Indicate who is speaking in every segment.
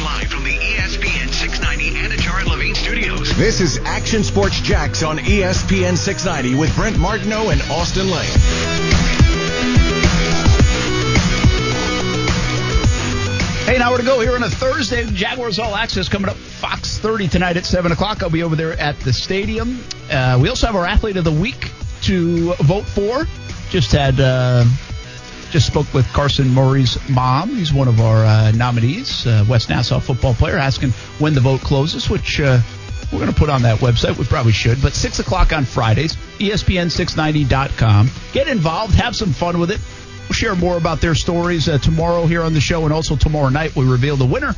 Speaker 1: live from the E ESPN 690 Anajar and Levine Studios.
Speaker 2: This is Action Sports Jacks on E ESPN 690 with Brent Martineau and Austin Lane.
Speaker 3: Hey, an hour to go here on a Thursday. Jaguars All Access coming up Fox 30 tonight at 7 o'clock. I'll be over there at the stadium. Uh, we also have our Athlete of the Week to vote for. Just had. Uh, just spoke with Carson Murray's mom. He's one of our uh, nominees, uh, West Nassau football player, asking when the vote closes, which uh, we're going to put on that website. We probably should. But 6 o'clock on Fridays, E ESPN690.com. Get involved, have some fun with it. We'll share more about their stories uh, tomorrow here on the show, and also tomorrow night we reveal the winner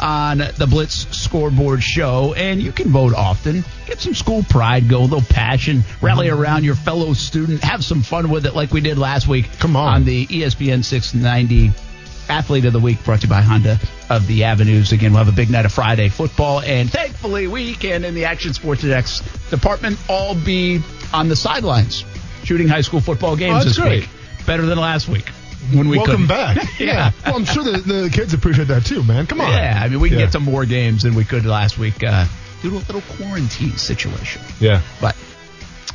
Speaker 3: on the Blitz Scoreboard Show. And you can vote often. Get some school pride go a little passion, rally around your fellow student, have some fun with it like we did last week.
Speaker 4: Come on.
Speaker 3: On the E ESPN 690 Athlete of the Week brought to you by Honda of the Avenues. Again, we'll have a big night of Friday football. And thankfully, we can, in the Action Sports Index department, all be on the sidelines shooting high school football games
Speaker 4: Oh, that's
Speaker 3: this
Speaker 4: great.
Speaker 3: week. Better than last week when we couldn't.
Speaker 4: Welcome back.
Speaker 3: Yeah.
Speaker 4: Well, I'm sure the, the kids appreciate that too, man. Come on.
Speaker 3: Yeah, I mean, we can
Speaker 4: Yeah.
Speaker 3: get to more games than we could last week uh, due to a little quarantine situation.
Speaker 4: Yeah.
Speaker 3: But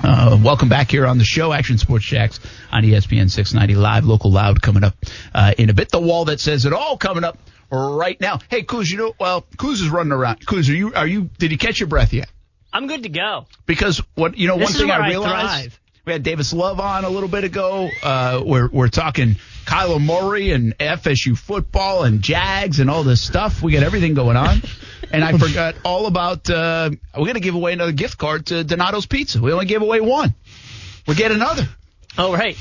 Speaker 3: uh, welcome back here on the show, Action Sports Shacks on E ESPN 690 Live, local loud coming up uh, in a bit. The wall that says it all coming up right now. Hey, Kuz, you know, well, Kuz is running around. Kuz, are you, are you, did you catch your breath yet?
Speaker 5: I'm good to go.
Speaker 3: Because what you know,
Speaker 5: This
Speaker 3: one
Speaker 5: is
Speaker 3: thing
Speaker 5: where
Speaker 3: I
Speaker 5: I
Speaker 3: realized
Speaker 5: thrive.
Speaker 3: we had Davis Love on a little bit ago. Uh, we're we're talking Kyler Murray and FSU football and Jags and all this stuff. We got everything going on, and I forgot all about. Uh, we're gonna give away another gift card to Donato's Pizza. We only gave away one. We get another.
Speaker 5: Oh, right.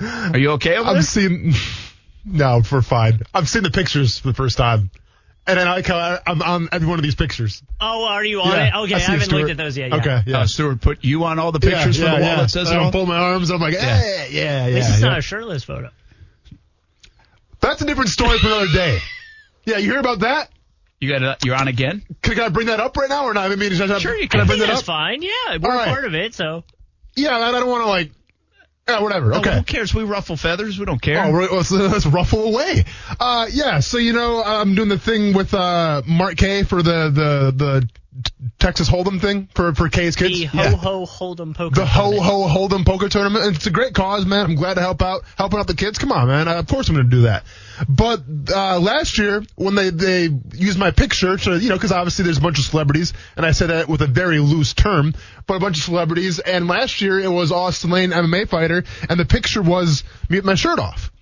Speaker 3: Are you okay over
Speaker 4: I've
Speaker 3: there?
Speaker 4: seen. No, we're fine. I've seen the pictures for the first time, and I like how I- I'm on every one of these pictures.
Speaker 5: Oh, are you on
Speaker 4: Yeah,
Speaker 5: it? Okay,
Speaker 4: I
Speaker 5: I,
Speaker 4: see you,
Speaker 5: haven't
Speaker 4: Stuart.
Speaker 5: looked at those yet. Yeah.
Speaker 4: Okay. Yeah.
Speaker 3: Uh, Stuart put you on all the pictures
Speaker 4: yeah,
Speaker 3: for the wall
Speaker 4: yeah.
Speaker 3: that says
Speaker 4: I
Speaker 3: it
Speaker 4: don't
Speaker 3: all.
Speaker 4: pull my arms. I'm like, eh, yeah, yeah.
Speaker 5: At least it's
Speaker 4: yeah.
Speaker 5: not a shirtless photo.
Speaker 4: That's a different story for another day. yeah, you hear about that?
Speaker 3: You got it- you're on again.
Speaker 4: Can, can I bring that up right now or not? I mean, should I-
Speaker 3: Sure, you
Speaker 4: can. I
Speaker 5: I
Speaker 4: bring
Speaker 5: think
Speaker 4: that
Speaker 5: that's
Speaker 4: up?
Speaker 5: fine. Yeah,
Speaker 4: All
Speaker 5: we're
Speaker 4: right.
Speaker 5: part of it, so
Speaker 4: Yeah, I I don't want to like. Yeah, whatever.
Speaker 3: Oh,
Speaker 4: Okay.
Speaker 3: who cares? We ruffle feathers. We don't care.
Speaker 4: Oh, right, let's, let's ruffle away. Uh, yeah, so you know, I'm doing the thing with uh, Mark K for the the the t- Texas Hold'em thing for for K's kids.
Speaker 5: the
Speaker 4: Yeah.
Speaker 5: ho ho hold'em poker.
Speaker 4: The ho
Speaker 5: tournament.
Speaker 4: ho hold'em poker tournament. And It's a great cause, man. I'm glad to help out, helping out the kids. Come on, man. Uh, Of course I'm going to do that. But uh, last year when they they used my picture to you know because obviously there's a bunch of celebrities, and I said that with a very loose term, but a bunch of celebrities. And last year it was Austin Lane, MMA fighter, and the picture was me with my shirt off.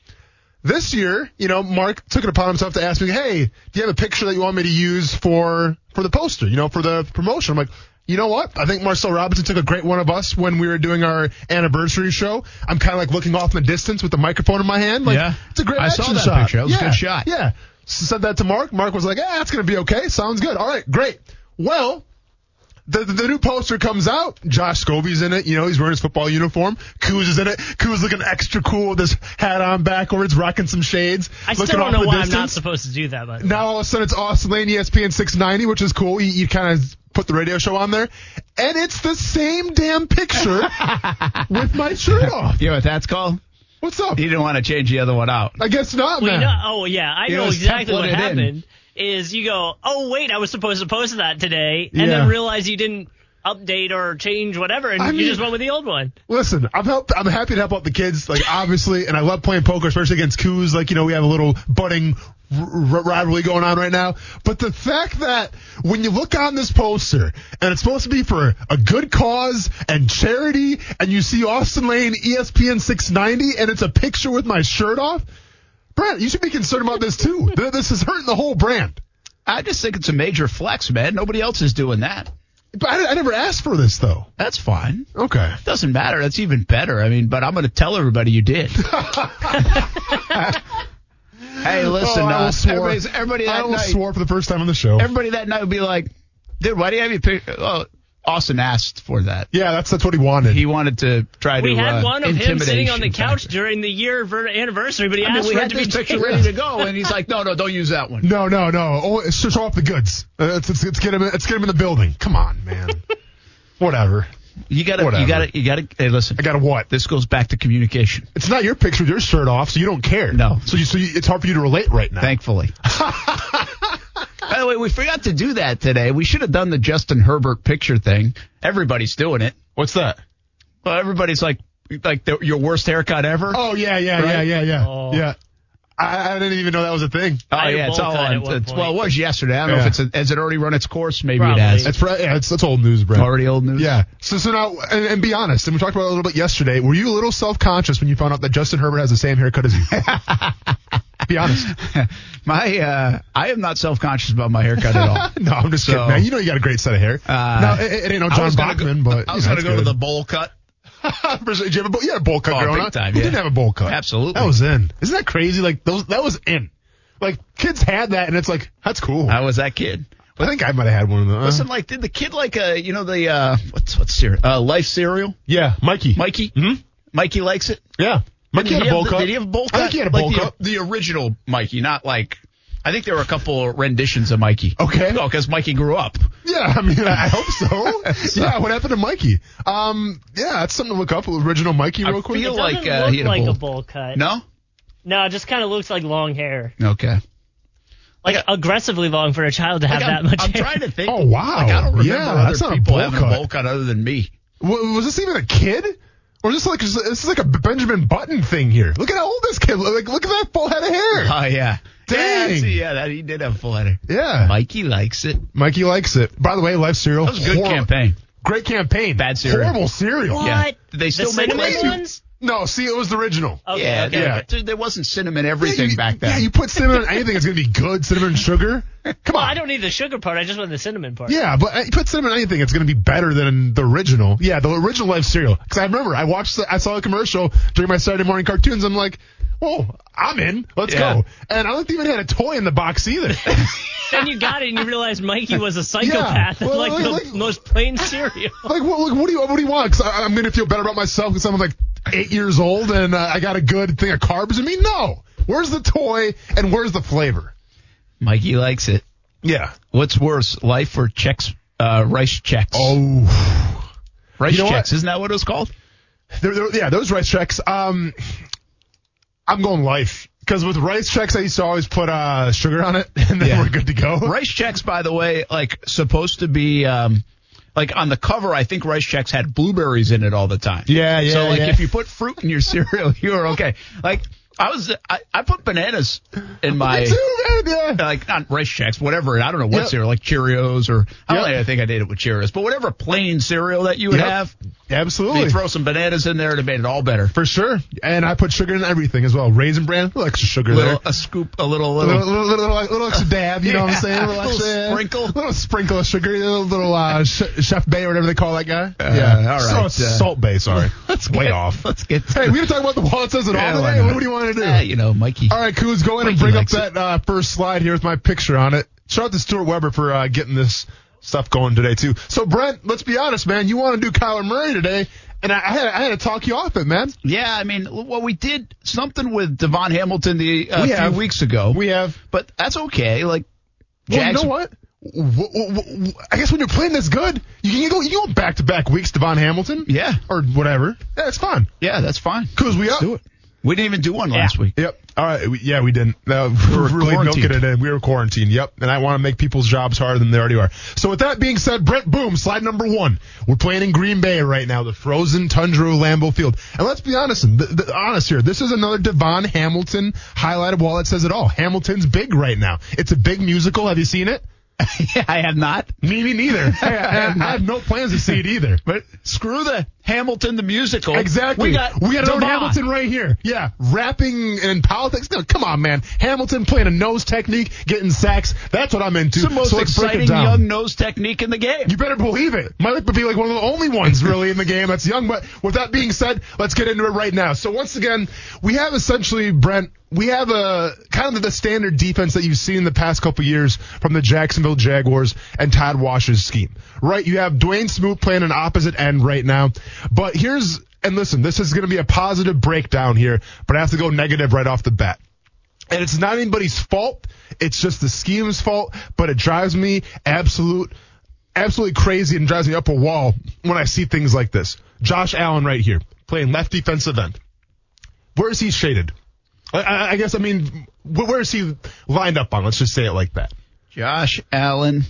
Speaker 4: This year, you know, Mark took it upon himself to ask me, "Hey, do you have a picture that you want me to use for for the poster? You know, for the promotion?" I'm like, "You know what? I think Marcel Robinson took a great one of us when we were doing our anniversary show. I'm kind of like looking off in the distance with the microphone in my hand. Like,
Speaker 3: Yeah.
Speaker 4: it's a great
Speaker 3: I saw
Speaker 4: action
Speaker 3: that
Speaker 4: shot.
Speaker 3: picture. That was a
Speaker 4: yeah.
Speaker 3: good shot.
Speaker 4: Yeah. So said that to Mark. Mark was like, "Yeah, that's gonna be okay. Sounds good. All right, great. Well." the, the new poster comes out. Josh Scobie's in it. You know, he's wearing his football uniform. Kuz is in it. Kuz looking extra cool with his hat on backwards, rocking some shades.
Speaker 5: I still
Speaker 4: looking
Speaker 5: don't
Speaker 4: off
Speaker 5: know
Speaker 4: the
Speaker 5: why I'm not
Speaker 4: distance.
Speaker 5: supposed to do that, but
Speaker 4: now all of a sudden it's Austin E Lane ESPN 690, which is cool. You, you kind of put the radio show on there. And it's the same damn picture with my shirt off.
Speaker 3: You know what that's called?
Speaker 4: What's up?
Speaker 3: He didn't want to change the other one out.
Speaker 4: I guess not,
Speaker 5: Well,
Speaker 4: man.
Speaker 5: you know, oh yeah, I know
Speaker 3: was
Speaker 5: exactly what
Speaker 3: templated in.
Speaker 5: happened. Is you go, oh wait, I was supposed to post that today, and
Speaker 4: Yeah.
Speaker 5: then realize you didn't update or change whatever, and
Speaker 4: I
Speaker 5: you
Speaker 4: mean-
Speaker 5: just went with the old one.
Speaker 4: Listen, I'm help, I'm happy to help out the kids, like obviously, and I love playing poker, especially against coups. Like you know, we have a little budding r- r- rivalry going on right now. But the fact that when you look on this poster, and it's supposed to be for a good cause and charity, and you see Austin Lane, E ESPN 690, and it's a picture with my shirt off, Brent, you should be concerned about this too. Th- this is hurting the whole brand.
Speaker 3: I just think it's a major flex, man. Nobody else is doing that.
Speaker 4: But I, I never asked for this though.
Speaker 3: That's fine.
Speaker 4: Okay.
Speaker 3: Doesn't matter. That's even better. I mean, but I'm going to tell everybody you did. hey, listen,
Speaker 4: Oh, I
Speaker 3: uh,
Speaker 4: almost swore.
Speaker 3: everybody's- everybody
Speaker 4: I
Speaker 3: that
Speaker 4: almost
Speaker 3: night,
Speaker 4: swore for the first time on the show.
Speaker 3: everybody that night would be like, dude, why do you have your pic? Oh, Austin asked for that.
Speaker 4: yeah, that's that's what he wanted.
Speaker 3: He wanted to try to.
Speaker 5: We had
Speaker 3: uh,
Speaker 5: one of him sitting on the
Speaker 3: intimidation
Speaker 5: couch
Speaker 3: factor.
Speaker 5: during the year ver- anniversary, but he
Speaker 3: I mean,
Speaker 5: asked
Speaker 3: we
Speaker 5: for it
Speaker 3: had
Speaker 5: to be
Speaker 3: this picture
Speaker 5: changed.
Speaker 3: ready to go, and he's like, no, no, don't use that one.
Speaker 4: No, no, no. Oh, it's to show off the goods. Uh, It's, it's, it's get him. It's get him in the building. Come on, man. Whatever.
Speaker 3: You got to,
Speaker 4: Whatever.
Speaker 3: you got to, you got to. Hey, listen,
Speaker 4: I got to what?
Speaker 3: this goes back to communication.
Speaker 4: It's not your picture with your shirt off, so you don't care.
Speaker 3: No.
Speaker 4: So you, so you, it's hard for you to relate right now.
Speaker 3: Thankfully. the way, we forgot to do that today. We should have done the Justin Herbert picture thing. Everybody's doing it.
Speaker 4: What's that?
Speaker 3: Well, everybody's like, like the, your worst haircut ever.
Speaker 4: Oh yeah, yeah,
Speaker 3: Right?
Speaker 4: yeah, yeah, yeah,
Speaker 5: Oh.
Speaker 4: yeah. I, I didn't even know that was a thing.
Speaker 3: Oh,
Speaker 5: I
Speaker 3: yeah, it's all
Speaker 5: both had
Speaker 3: on.
Speaker 5: at one
Speaker 3: It's,
Speaker 5: point.
Speaker 3: well, it was yesterday. I don't know
Speaker 4: Yeah.
Speaker 3: if it's has it already run its course. Maybe
Speaker 5: Probably.
Speaker 3: it has.
Speaker 4: That's right. Yeah, it's, that's old news, Brett.
Speaker 3: already old news.
Speaker 4: Yeah. So so now, and, and be honest, and we talked about it a little bit yesterday. Were you a little self conscious when you found out that Justin Herbert has the same haircut as you? be honest.
Speaker 3: my uh, I am not self conscious about my haircut at all.
Speaker 4: No, I'm just kidding, man. You know you got a great set of hair. Uh, no, it, it ain't no John Bachman, but
Speaker 3: I was
Speaker 4: you know,
Speaker 3: gonna
Speaker 4: it's
Speaker 3: go to
Speaker 4: good.
Speaker 3: the bowl cut.
Speaker 4: Did you have a, bo- you had a bowl cut
Speaker 3: Oh,
Speaker 4: growing
Speaker 3: big
Speaker 4: up.
Speaker 3: time,
Speaker 4: You
Speaker 3: yeah.
Speaker 4: didn't have a bowl cut.
Speaker 3: Absolutely.
Speaker 4: That was in. Isn't that crazy? Like those, that was in. Like kids had that, and it's like that's cool.
Speaker 3: I
Speaker 4: I,
Speaker 3: was that kid.
Speaker 4: think I might have had one of uh, those.
Speaker 3: Uh, Listen, like, did the kid like uh, you know the uh, what's what's cereal? Uh, Life cereal.
Speaker 4: yeah, Mikey.
Speaker 3: Mikey. Mm-hmm. Mikey likes it.
Speaker 4: Yeah, Mikey
Speaker 3: Did
Speaker 4: had
Speaker 3: he
Speaker 4: a bowl
Speaker 3: have the-
Speaker 4: cut.
Speaker 3: Did he have a bowl cut?
Speaker 4: I think he had a bowl
Speaker 3: like
Speaker 4: cut.
Speaker 3: The, the original Mikey, not like. I think there were a couple renditions of Mikey.
Speaker 4: Okay.
Speaker 3: No, because Mikey grew up.
Speaker 4: Yeah, I mean, I hope so. yeah, what happened to Mikey? Um, yeah, that's something to look up. Original Mikey,
Speaker 3: I
Speaker 4: real quick.
Speaker 3: feel
Speaker 5: It doesn't
Speaker 3: like, uh, he had
Speaker 5: look
Speaker 3: a
Speaker 5: like
Speaker 3: bowl.
Speaker 5: a bowl cut.
Speaker 3: No.
Speaker 5: no, it just kind of looks like long hair,
Speaker 3: Okay.
Speaker 5: like
Speaker 3: Like
Speaker 5: aggressively long for a child to have
Speaker 3: Like,
Speaker 5: that
Speaker 3: I'm,
Speaker 5: much
Speaker 3: I'm
Speaker 5: hair.
Speaker 3: trying to think.
Speaker 4: Oh, wow.
Speaker 3: Like, I don't remember
Speaker 4: Yeah,
Speaker 3: other
Speaker 4: that's not a
Speaker 3: people
Speaker 4: bowl
Speaker 3: having
Speaker 4: cut.
Speaker 3: a bowl cut other than me.
Speaker 4: W- was this even a kid? Or is this like this is like a Benjamin Button thing here? Look at how old this kid look. Like, look at that full head of hair.
Speaker 3: Oh yeah.
Speaker 4: Dang.
Speaker 3: Yeah, see, yeah, that he did have a full header.
Speaker 4: Yeah,
Speaker 3: Mikey likes it.
Speaker 4: Mikey likes it. By the way, Life cereal.
Speaker 3: That was a good
Speaker 4: horrible-
Speaker 3: campaign.
Speaker 4: Great campaign.
Speaker 3: Bad cereal.
Speaker 4: Horrible cereal.
Speaker 5: What?
Speaker 3: Yeah. Did they still
Speaker 5: the
Speaker 3: make
Speaker 5: cinnamon
Speaker 3: Life-
Speaker 5: ones?
Speaker 4: No, see, it was the original.
Speaker 5: Okay,
Speaker 3: yeah,
Speaker 5: okay.
Speaker 4: yeah.
Speaker 3: yeah. Dude, there wasn't cinnamon everything
Speaker 4: yeah, you,
Speaker 3: back then.
Speaker 4: Yeah, you put cinnamon on anything, it's gonna be good. Cinnamon and sugar. Come on.
Speaker 5: I don't need the sugar part. I just want the cinnamon part.
Speaker 4: Yeah, but I put cinnamon on anything, it's going to be better than the original. Yeah, the original Life cereal. Because I remember I watched, the, I saw a commercial during my Saturday morning cartoons. I'm like, whoa, I'm in. Let's
Speaker 3: Yeah.
Speaker 4: go. And I don't think they even had a toy in the box either.
Speaker 5: Then you got it, and you realized Mikey was a psychopath,
Speaker 4: Well,
Speaker 5: like
Speaker 4: like-
Speaker 5: the
Speaker 4: like-
Speaker 5: most plain cereal.
Speaker 4: like, what, like, what do you, what do you want? Because I'm going to feel better about myself because I'm like eight years old and uh, I got a good thing of carbs in me. No, where's the toy and where's the flavor?
Speaker 3: Mikey likes it.
Speaker 4: Yeah.
Speaker 3: What's worse, life or checks? Uh, rice checks.
Speaker 4: Oh.
Speaker 3: rice
Speaker 4: you know
Speaker 3: checks.
Speaker 4: what?
Speaker 3: is Isn't that what it was called?
Speaker 4: There, there, yeah, those rice checks. Um, I'm going life because with rice checks, I used to always put uh, sugar on it, and then
Speaker 3: Yeah.
Speaker 4: we're good to go.
Speaker 3: Rice checks, by the way, like supposed to be. Um, like on the cover, I think rice checks had blueberries in it all the time.
Speaker 4: Yeah, yeah,
Speaker 3: So like,
Speaker 4: yeah.
Speaker 3: if you put fruit in your cereal, you are okay. Like I was, I, I put bananas in my
Speaker 4: Me too, man, yeah.
Speaker 3: like not rice checks, whatever. I don't know what
Speaker 4: Yep.
Speaker 3: cereal, like Cheerios or I don't
Speaker 4: Yep.
Speaker 3: think- I think I did it with Cheerios, but whatever plain cereal that you would
Speaker 4: Yep.
Speaker 3: have,
Speaker 4: Absolutely,
Speaker 3: they throw some bananas in there and it made it all better.
Speaker 4: for sure. And I put sugar in everything as well. Raisin bran, a little extra sugar
Speaker 3: Little
Speaker 4: there.
Speaker 3: a scoop, a little
Speaker 4: A
Speaker 3: little.
Speaker 4: little, little, little, little extra dab, you know what I'm saying?
Speaker 3: Yeah, little
Speaker 4: extra-
Speaker 3: sprinkle.
Speaker 4: little sprinkle of sugar, little, little uh, sh- Chef Bay or whatever they call that guy.
Speaker 3: all
Speaker 4: So-
Speaker 3: right, uh,
Speaker 4: Salt Bay, sorry. That's way off.
Speaker 3: Let's get.
Speaker 4: Hey, we didn't talk about the wallet says it all
Speaker 3: Yeah, why
Speaker 4: today.
Speaker 3: not?
Speaker 4: What do you want to do?
Speaker 3: Eh, you know, Mikey.
Speaker 4: All right, Coons, go in and
Speaker 3: Mikey
Speaker 4: bring up
Speaker 3: likes
Speaker 4: that uh, first slide here with my picture on it. Shout out to Stuart Weber for uh, getting this stuff going today too. So Brent, let's be honest, man, you want to do Kyler Murray today, and I, I had I had to talk you off it, man.
Speaker 3: Yeah, I mean, well, we did something with Devon Hamilton the uh,
Speaker 4: We
Speaker 3: few
Speaker 4: have.
Speaker 3: weeks ago.
Speaker 4: We have.
Speaker 3: but that's okay. Like,
Speaker 4: Well, you know
Speaker 3: Jackson-
Speaker 4: what? W- w- w- I guess when you're playing this good, you can you go you go back to back weeks, Devon Hamilton,
Speaker 3: Yeah.
Speaker 4: or whatever. Yeah, it's fun.
Speaker 3: yeah, that's fine.
Speaker 4: Coons, we up.
Speaker 3: Do it. We didn't even do one last week.
Speaker 4: Yep. All right. We, yeah, we didn't. No, we
Speaker 3: were
Speaker 4: were really milking
Speaker 3: quarantined.
Speaker 4: it in. We were quarantined. Yep. And I want to make people's jobs harder than they already are. So with that being said, Brent Boom, slide number one. We're playing in Green Bay right now, the frozen tundra of Lambeau Field. And let's be honest, th- th- honest here. This is another Devon Hamilton highlighted wall that says it all. Hamilton's big right now. It's a big musical. Have you seen it?
Speaker 3: I have not.
Speaker 4: Me, me neither. I, I- I have no plans to see it either.
Speaker 3: But screw the Hamilton the musical.
Speaker 4: Exactly.
Speaker 3: We got
Speaker 4: we got an old
Speaker 3: Devon.
Speaker 4: Hamilton right here. Yeah, rapping and politics. No, come on, man. Hamilton playing a nose technique, getting sacks. That's what I'm into.
Speaker 3: It's the most
Speaker 4: so let's break it
Speaker 3: exciting
Speaker 4: down.
Speaker 3: young nose technique in the game.
Speaker 4: You better believe it. Might be like one of the only ones really in the game that's young. But with that being said, let's get into it right now. So once again, we have essentially Brent. We have a kind of the standard defense that you've seen in the past couple years from the Jacksonville Jaguars and Todd Wash's scheme, right? You have Dwayne Smoot playing an opposite end right now, but here's and listen, this is going to be a positive breakdown here, but I have to go negative right off the bat and it's not anybody's fault. It's just the scheme's fault, but it drives me absolute, absolutely crazy and drives me up a wall when I see things like this. Josh Allen right here playing left defensive end. Where is he shaded? I, I, I guess I mean wh- where is he lined up on? Let's just say it like that.
Speaker 3: Josh Allen.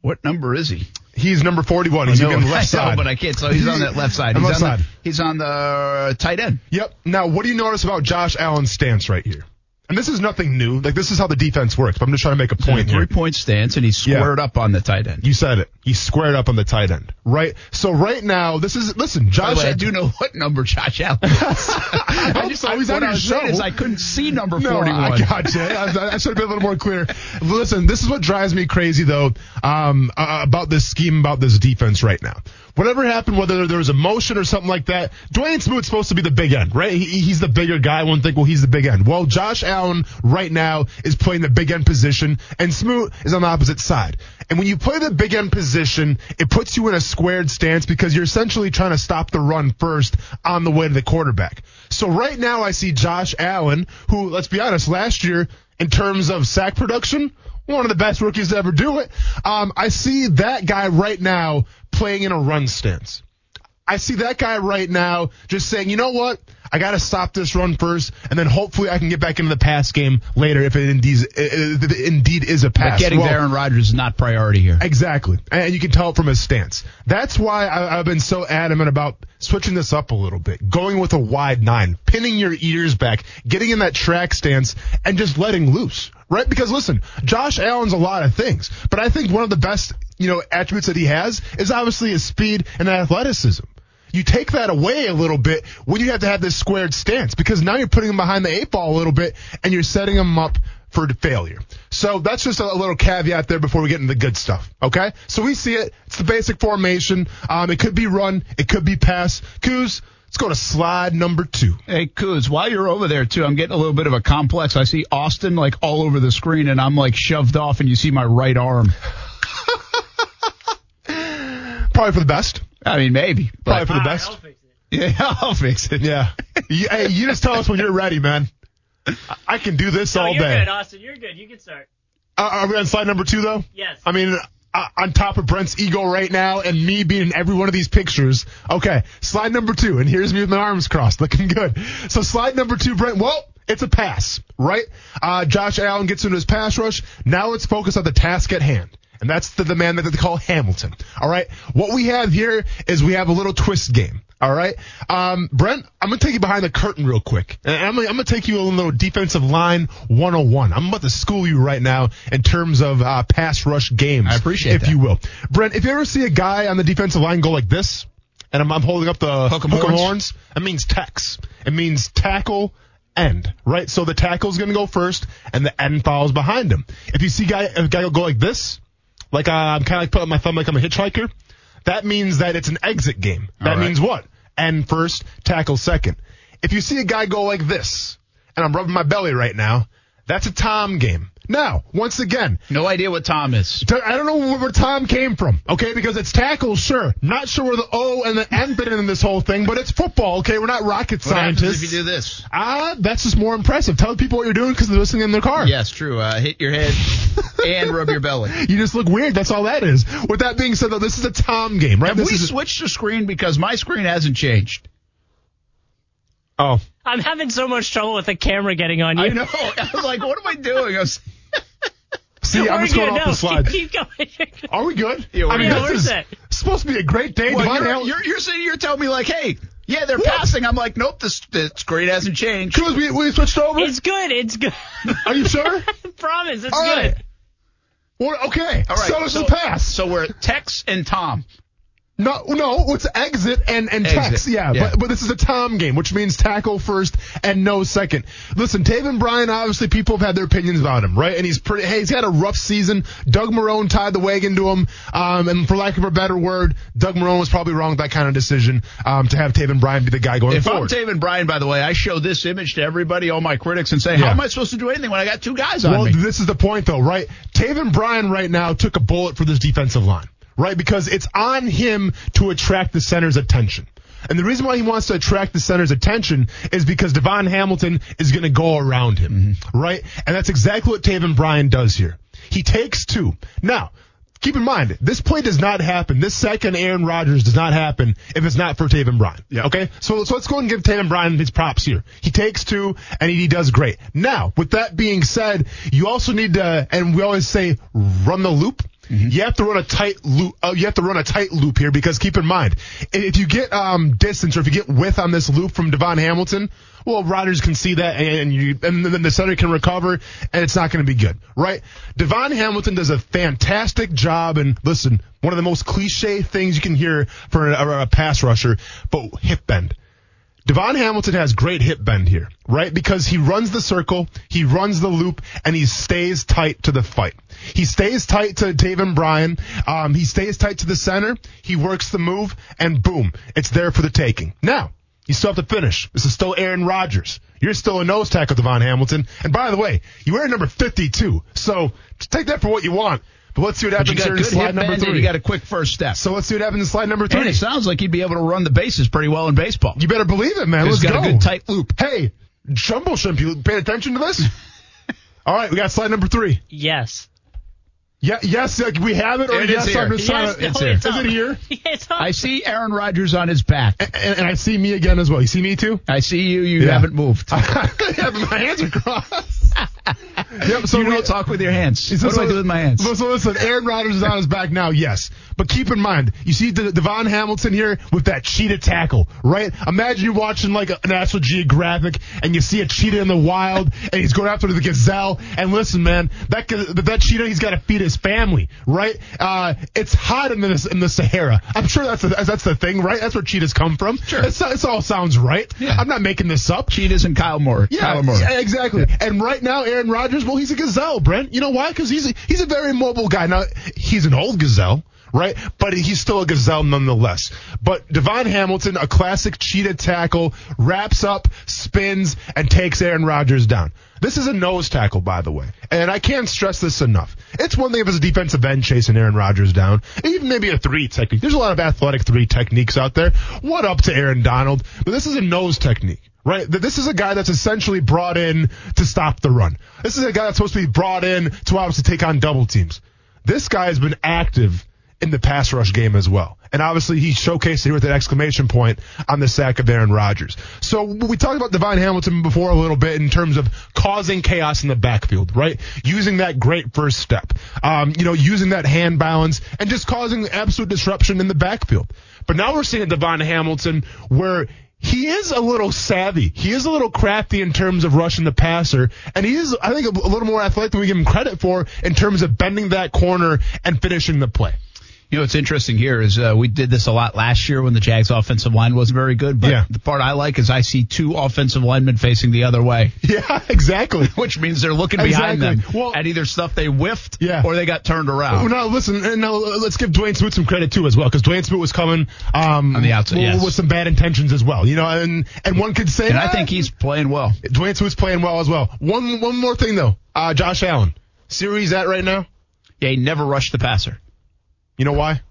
Speaker 3: What number is he?
Speaker 4: He's number 41. He's
Speaker 3: I know-
Speaker 4: on the
Speaker 3: I know,
Speaker 4: left side.
Speaker 3: but I can't. So he's on that left side.
Speaker 4: I'm
Speaker 3: He's
Speaker 4: left
Speaker 3: on the-
Speaker 4: side.
Speaker 3: he's on the tight end.
Speaker 4: Yep. Now, what do you notice about Josh Allen's stance right here? And this is nothing new. Like this is how the defense works. But I'm just trying to make a point
Speaker 3: three
Speaker 4: here.
Speaker 3: point stance, and he's
Speaker 4: Yeah.
Speaker 3: squared up on the tight end.
Speaker 4: You said it. He squared up on the tight end, right? So right now, this is listen,
Speaker 3: By
Speaker 4: Josh.
Speaker 3: the way, I do know what number Josh Allen is. I
Speaker 4: I'm
Speaker 3: just-
Speaker 4: sorry, he's on
Speaker 3: what
Speaker 4: your
Speaker 3: I was saying
Speaker 4: show.
Speaker 3: is I couldn't see number
Speaker 4: No,
Speaker 3: 41.
Speaker 4: I gotcha. I, I should have been a little more clear. Listen, this is what drives me crazy though um, uh, about this scheme, about this defense right now. Whatever happened, whether there was emotion or something like that, Dwayne Smoot's supposed to be the big end, right? He, he's the bigger guy. One think, well, he's the big end. Well, Josh Allen right now is playing the big end position, and Smoot is on the opposite side. And when you play the big end position, it puts you in a squared stance because you're essentially trying to stop the run first on the way to the quarterback. So right now I see Josh Allen, who, let's be honest, last year, in terms of sack production, one of the best rookies to ever do it. Um, I see that guy right now playing in a run stance. I see that guy right now just saying, you know what? I got to stop this run first, and then hopefully I can get back into the pass game later if it indeed, uh, if it indeed is a pass.
Speaker 3: But getting
Speaker 4: Well,
Speaker 3: to Aaron Rodgers is not priority here.
Speaker 4: Exactly. And you can tell it from his stance. That's why I, I've been so adamant about switching this up a little bit, going with a wide nine, pinning your ears back, getting in that track stance, and just letting loose. Right? Because listen, Josh Allen's a lot of things, but I think one of the best, you know, attributes that he has is obviously his speed and athleticism. You take that away a little bit when you have to have this squared stance because now you're putting him behind the eight ball a little bit and you're setting him up for failure. So that's just a little caveat there before we get into the good stuff. Okay? So we see it. It's the basic formation. Um, it could be run. It could be pass. Coos, let's go to slide number two.
Speaker 3: Hey, Kuz, while you're over there, too, I'm getting a little bit of a complex. I see Austin, like, all over the screen, and I'm, like, shoved off, and you see my right arm.
Speaker 4: Probably for the best.
Speaker 3: I mean, maybe.
Speaker 4: Probably
Speaker 3: But,
Speaker 4: for the
Speaker 5: All right,
Speaker 4: best.
Speaker 5: I'll fix it.
Speaker 3: yeah, I'll fix it.
Speaker 4: Yeah. you, hey, you just tell us when you're ready, man. I- I can do this
Speaker 5: No,
Speaker 4: all
Speaker 5: you're
Speaker 4: day.
Speaker 5: good, Austin. You're good. You can start.
Speaker 4: Uh, are we on slide number two, though?
Speaker 5: Yes.
Speaker 4: I mean, uh, on top of Brent's ego right now and me being in every one of these pictures. Okay, slide number two, and here's me with my arms crossed, looking good. So slide number two, Brent. Well, it's a pass, right? Uh, Josh Allen gets into his pass rush. Now let's focus on the task at hand. And that's the, the man that they call Hamilton. All right. What we have here is we have a little twist game. All right. Um, Brent, I'm going to take you behind the curtain real quick. And I'm going to take you a little defensive line 101. I'm about to school you right now in terms of uh, pass rush games.
Speaker 3: I appreciate
Speaker 4: If
Speaker 3: that.
Speaker 4: you will. Brent, if you ever see a guy on the defensive line go like this, and I'm, I'm holding up the
Speaker 3: Hook 'em
Speaker 4: hook 'em
Speaker 3: horns.
Speaker 4: horns, that means tax. It means tackle end, right? So the tackle's going to go first, and the end follows behind him. If you see guy a guy go like this, like uh, I'm kind of like putting my thumb like I'm a hitchhiker, that means that it's an exit game. That
Speaker 3: All right.
Speaker 4: means what? End first, tackle second. If you see a guy go like this, and I'm rubbing my belly right now, that's a Tom game. Now, once again,
Speaker 3: No idea what Tom is.
Speaker 4: T- I don't know where, where Tom came from, okay? Because it's tackles, sure. Not sure where the O and the N fit in this whole thing, but it's football, okay? We're not rocket
Speaker 3: What happens
Speaker 4: scientists.
Speaker 3: if you do this?
Speaker 4: Ah, that's just more impressive. Tell people what you're doing because they're listening in their car.
Speaker 3: Yes, true. Uh, hit your head and rub your belly.
Speaker 4: You just look weird. That's all that is. With that being said, though, this is a Tom game, right?
Speaker 3: Have
Speaker 4: this
Speaker 3: we
Speaker 4: is
Speaker 3: switched the screen because my screen hasn't changed?
Speaker 4: oh,
Speaker 5: I'm having so much trouble with the camera getting on you.
Speaker 3: I know. I was like, what am I doing? I was,
Speaker 4: see, I'm
Speaker 5: We're
Speaker 4: just going
Speaker 5: good.
Speaker 4: off
Speaker 5: no,
Speaker 4: the slides.
Speaker 5: Keep going.
Speaker 4: Are we good?
Speaker 3: Yeah, we're
Speaker 4: I mean,
Speaker 3: good.
Speaker 4: this
Speaker 5: We're
Speaker 4: is
Speaker 5: set.
Speaker 4: supposed to be a great day.
Speaker 3: well,
Speaker 4: Devon
Speaker 3: you're,
Speaker 4: Allen-
Speaker 3: you're, you're sitting here telling me, like, hey, yeah, they're passing. I'm like, nope, this, the screen hasn't changed.
Speaker 4: Cruz, we, we switched over.
Speaker 5: it's good. It's good.
Speaker 4: Are you sure?
Speaker 5: Promise. It's
Speaker 4: All
Speaker 5: good.
Speaker 4: right. Well, okay.
Speaker 3: All right.
Speaker 4: So it's a pass.
Speaker 3: So we're Tex and Tom.
Speaker 4: No, no, it's exit and and
Speaker 3: Exit,
Speaker 4: tax. Yeah,
Speaker 3: yeah.
Speaker 4: But, but this is a Tom game, which means tackle first and no second. Listen, Taven Bryan, obviously people have had their opinions about him, right? And he's pretty. Hey, he's had a rough season. Doug Marone tied the wagon to him, um, and for lack of a better word, Doug Marone was probably wrong with that kind of decision um, to have Taven Bryan be the guy going
Speaker 3: If I'm
Speaker 4: forward.
Speaker 3: David Bryan, by the way, I show this image to everybody, all my critics, and say, how
Speaker 4: Yeah.
Speaker 3: am I supposed to do anything when I got two guys on
Speaker 4: well,
Speaker 3: me?
Speaker 4: this is the point, though, right? Taven Bryan right now took a bullet for this defensive line, right? Because it's on him to attract the center's attention. And the reason why he wants to attract the center's attention is because Devon Hamilton is going to go around
Speaker 3: Mm-hmm.
Speaker 4: him, right? And that's exactly what Taven Bryan does here. He takes two. Now, keep in mind, this play does not happen. This second Aaron Rodgers does not happen if it's not for Taven Bryan.
Speaker 6: Yeah.
Speaker 4: Okay. So, so let's go ahead and give Taven Bryan his props here. He takes two and he does great. Now, with that being said, you also need to, and we always say, run the loop. You have to run a tight loop. Uh, you have to run a tight loop here because keep in mind, if you get um, distance or if you get width on this loop from Devon Hamilton, well, Rodgers can see that, and you, and then the center can recover, and it's not going to be good, right? Devon Hamilton does a fantastic job, and listen, one of the most cliche things you can hear for a, a pass rusher, but hip bend. Devon Hamilton has great hip bend here, right? Because he runs the circle, he runs the loop, and he stays tight to the fight. He stays tight to Taven Bryan. Um, he stays tight to the center. He works the move, and boom, it's there for the taking. Now, you still have to finish. This is still Aaron Rodgers. You're still a nose tackle, Devon Hamilton. And by the way, you wear number 52, so just take that for what you want. But let's see what
Speaker 3: But you
Speaker 4: happens
Speaker 3: got
Speaker 4: here
Speaker 3: a
Speaker 4: in
Speaker 3: good
Speaker 4: slide
Speaker 3: hit
Speaker 4: number
Speaker 3: bend and
Speaker 4: three.
Speaker 3: you got a quick first step.
Speaker 4: so let's see what happens in slide number three.
Speaker 3: and it sounds like he'd be able to run the bases pretty well in baseball.
Speaker 4: You better believe it, man.
Speaker 3: He's
Speaker 4: Let's
Speaker 3: got
Speaker 4: go.
Speaker 3: a good tight loop.
Speaker 4: Hey, Jumbo Shrimp, you paying attention to this? All right, we got slide number three.
Speaker 5: Yes.
Speaker 4: Yeah, yes, like we have it, or
Speaker 3: It is
Speaker 4: yes, I'm
Speaker 3: here.
Speaker 4: just
Speaker 5: yes,
Speaker 4: trying to.
Speaker 3: it's
Speaker 5: no,
Speaker 3: here.
Speaker 5: it's
Speaker 4: Is
Speaker 5: up.
Speaker 4: it here?
Speaker 5: it's up.
Speaker 3: I see Aaron Rodgers on his back.
Speaker 4: And, and I see me again as well. You see me too?
Speaker 3: I see you. You
Speaker 4: Yeah.
Speaker 3: haven't moved.
Speaker 4: yeah, but my hands are crossed. yep, so
Speaker 3: you
Speaker 4: we-
Speaker 3: don't talk with your hands.
Speaker 4: So-
Speaker 3: what do I
Speaker 4: so-
Speaker 3: do with my hands?
Speaker 4: So, so listen, Aaron Rodgers is on his back now, yes. But keep in mind, you see De- Devon Hamilton here with that cheetah tackle, right? Imagine you're watching like a National Geographic and you see a cheetah in the wild and he's going after the gazelle. And listen, man, that g- that cheetah, he's got to feed his family, right? Uh, it's hot in the in the Sahara. I'm sure that's the, that's the thing, right? That's where cheetahs come from. Sure, it's, it's all sounds right. I'm not making this up.
Speaker 3: Cheetahs and Kyle Moore.
Speaker 4: Yeah,
Speaker 3: Kyle Moore.
Speaker 4: yeah, exactly. And right now, Aaron Rodgers, well, he's a gazelle, Brent. You know why? Because he's a, he's a very mobile guy. Now he's an old gazelle, right? But he's still a gazelle nonetheless. But Devon Hamilton, a classic cheetah tackle, wraps up, spins, and takes Aaron Rodgers down. This is a nose tackle, by the way, and I can't stress this enough. It's one thing if it's a defensive end chasing Aaron Rodgers down, even maybe a three technique. There's a lot of athletic three techniques out there. What up to Aaron Donald? But this is a nose technique right? Th- This is a guy that's essentially brought in to stop the run. This is a guy that's supposed to be brought in to obviously take on double teams. This guy has been active in the pass rush game as well. And obviously he showcased it here with an exclamation point on the sack of Aaron Rodgers. So we talked about Devon Hamilton before a little bit in terms of causing chaos in the backfield, right? Using that great first step, um, you know, using that hand balance and just causing absolute disruption in the backfield. But now we're seeing a Devon Hamilton where he is a little savvy. He is a little crafty in terms of rushing the passer, and he is, I think, a little more athletic than we give him credit for in terms of bending that corner and finishing the play.
Speaker 3: You know, what's interesting here is uh, we did this a lot last year when the Jags offensive line wasn't very good. But
Speaker 4: Yeah.
Speaker 3: the part I like is I see two offensive linemen facing the other way,
Speaker 4: Yeah, exactly.
Speaker 3: which means they're looking behind them
Speaker 4: Exactly. Well-
Speaker 3: at either stuff they whiffed
Speaker 4: Yeah.
Speaker 3: or they got turned around.
Speaker 4: Well, now listen, and now uh, let's give Dwayne Smoot some credit too as well, because Dwayne Smoot was coming um,
Speaker 3: On the outside,
Speaker 4: with,
Speaker 3: yes.
Speaker 4: with some bad intentions as well, you know, and and one could say,
Speaker 3: and I
Speaker 4: "Ah,
Speaker 3: think he's playing well.
Speaker 4: Dwayne Smoot's playing well as well. One one more thing though, uh, Josh Allen, see where he's at right now.
Speaker 3: Yeah, he never rushed the passer.
Speaker 4: You know why?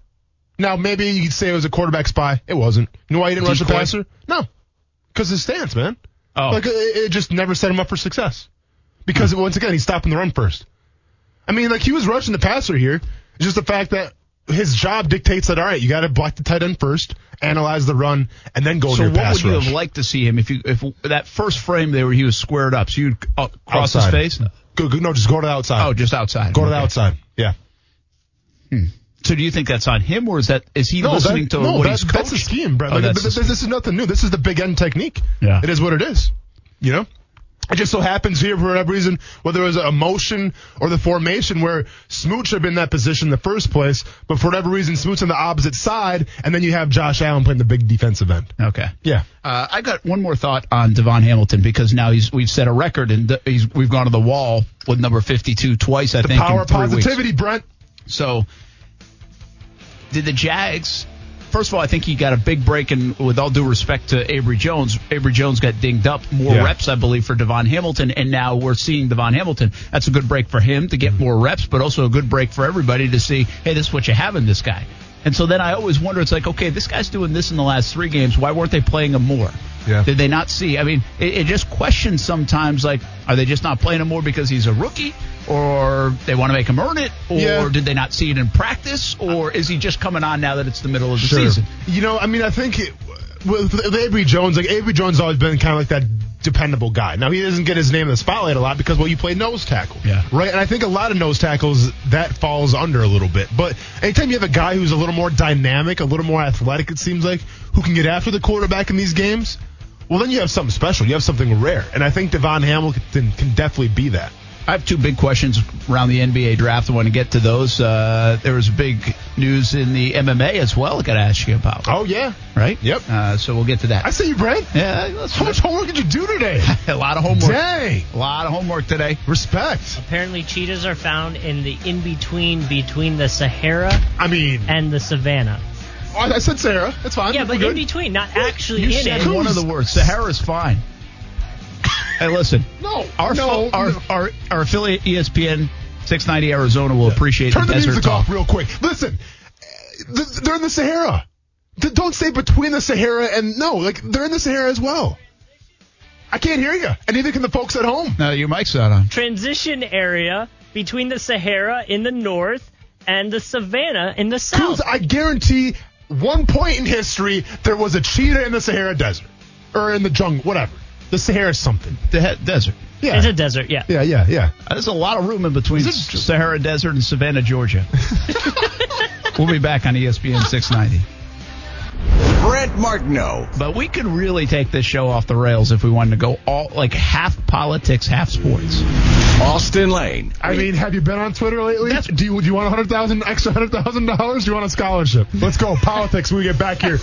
Speaker 4: Now maybe you could say it was a quarterback spy. It wasn't. You know why he didn't rush the
Speaker 3: Decoy?
Speaker 4: passer? No, because his stance, man.
Speaker 3: Oh. Hmm.
Speaker 4: Like it, it just never set him up for success. Because once again, he's stopping the run first. I mean, like he was rushing the passer here. It's just the fact that his job dictates that. All right, you got to block the tight end first, analyze the run, and then go to
Speaker 3: So
Speaker 4: your
Speaker 3: what
Speaker 4: pass
Speaker 3: would you
Speaker 4: rush.
Speaker 3: have liked to see him if you if that first frame there where he was squared up? So you'd uh, cross his
Speaker 4: Outside.
Speaker 3: face?
Speaker 4: Go, go- no, just go to the outside.
Speaker 3: Oh, just outside.
Speaker 4: go to the
Speaker 3: Okay.
Speaker 4: outside. Yeah.
Speaker 3: So do you think that's on him or is that is he
Speaker 4: No,
Speaker 3: listening
Speaker 4: that-
Speaker 3: to
Speaker 4: no,
Speaker 3: what
Speaker 4: that-
Speaker 3: he's coached?
Speaker 4: that's a scheme, Brett.
Speaker 3: Oh,
Speaker 4: Like,
Speaker 3: that's
Speaker 4: this,
Speaker 3: the-
Speaker 4: this is nothing new. This is the big end technique.
Speaker 3: Yeah.
Speaker 4: It is what it is. You know? It just so happens here for whatever reason, whether it was a motion or the formation where Smoot should have been in that position in the first place, but for whatever reason, Smoot's on the opposite side, and then you have Josh Allen playing the big defensive end.
Speaker 3: Okay.
Speaker 4: Yeah.
Speaker 3: Uh, I got one more thought on Devon Hamilton because now he's we've set a record and th- he's, we've gone to the wall with number 52 twice. I think
Speaker 4: Power
Speaker 3: in three weeks.
Speaker 4: positivity, Brent.
Speaker 3: So did the Jags? First of all, I think he got a big break, and with all due respect to Avery Jones, Avery Jones got dinged up more
Speaker 4: Yeah.
Speaker 3: reps, I believe, for Devon Hamilton, and now we're seeing Devon Hamilton. That's a good break for him to get more reps, but also a good break for everybody to see, hey, this is what you have in this guy. And so then I always wonder, it's like, okay, this guy's doing this in the last three games. Why weren't they playing him more?
Speaker 4: Yeah.
Speaker 3: Did they not see? I mean, it, it just questions sometimes. Like, are they just not playing him more because he's a rookie, or they want to make him earn it, or
Speaker 4: Yeah. Uh,
Speaker 3: did they not see it in practice, or is he just coming on now that it's the middle of the season?
Speaker 4: You know, I mean, I think it, with, with Avery Jones, like Avery Jones, has always been kind of like that dependable guy. Now he doesn't get his name in the spotlight a lot because well, you play nose tackle,
Speaker 3: Yeah.
Speaker 4: right? And I think a lot of nose tackles that falls under a little bit. But anytime you have a guy who's a little more dynamic, a little more athletic, it seems like who can get after the quarterback in these games. Well, then you have something special. You have something rare, and I think Devon Hamilton can definitely be that.
Speaker 3: I have two big questions around the NBA draft. I want to get to those. Uh, there was big news in the MMA as well. I got to ask you about,
Speaker 4: Oh yeah,
Speaker 3: right?
Speaker 4: Yep.
Speaker 3: Uh, so we'll get to that.
Speaker 4: I see you, Brent.
Speaker 3: yeah, let's-
Speaker 4: How much homework did you do today?
Speaker 3: a lot of homework.
Speaker 4: Dang,
Speaker 3: A lot of homework today.
Speaker 4: respect.
Speaker 5: Apparently, cheetahs are found in the in between between the Sahara
Speaker 4: I mean,
Speaker 5: and the savannah.
Speaker 4: Oh, I said Sarah. That's fine.
Speaker 5: Yeah,
Speaker 4: We're
Speaker 5: but in
Speaker 4: good.
Speaker 5: between, not actually
Speaker 3: You
Speaker 5: in
Speaker 3: said
Speaker 5: it.
Speaker 3: one of the words. Sahara's fine. hey, listen.
Speaker 4: No,
Speaker 3: Our, fo-
Speaker 4: no,
Speaker 3: our,
Speaker 4: no.
Speaker 3: our our affiliate E ESPN 690 Arizona will appreciate
Speaker 4: Turn
Speaker 3: the
Speaker 4: the
Speaker 3: desert
Speaker 4: music
Speaker 3: talk.
Speaker 4: off real quick. Listen, uh, th- they're in the Sahara. Th- don't say between the Sahara and no, like they're in the Sahara as well. I can't hear you, and neither can the folks at home.
Speaker 3: No, your mic's not on.
Speaker 5: transition area between the Sahara in the north and the savannah in the
Speaker 4: Cruz,
Speaker 5: south.
Speaker 4: I guarantee one point in history there was a cheetah in the Sahara Desert or in the jungle, whatever. The Sahara is something.
Speaker 3: The he- desert.
Speaker 4: Yeah,
Speaker 5: It's a desert, yeah.
Speaker 4: yeah, yeah, yeah.
Speaker 3: Uh, There's a lot of room in between Sahara Desert and Savannah, Georgia. we'll be back on E ESPN 690.
Speaker 2: Brent Martineau.
Speaker 3: But we could really take this show off the rails if we wanted to go all like half politics, half sports.
Speaker 2: Austin Lane.
Speaker 4: I mean, have you been on Twitter lately?
Speaker 3: That's-
Speaker 4: do you do you want a hundred thousand extra hundred thousand dollars? Do you want a scholarship? Let's go politics. when We get back here.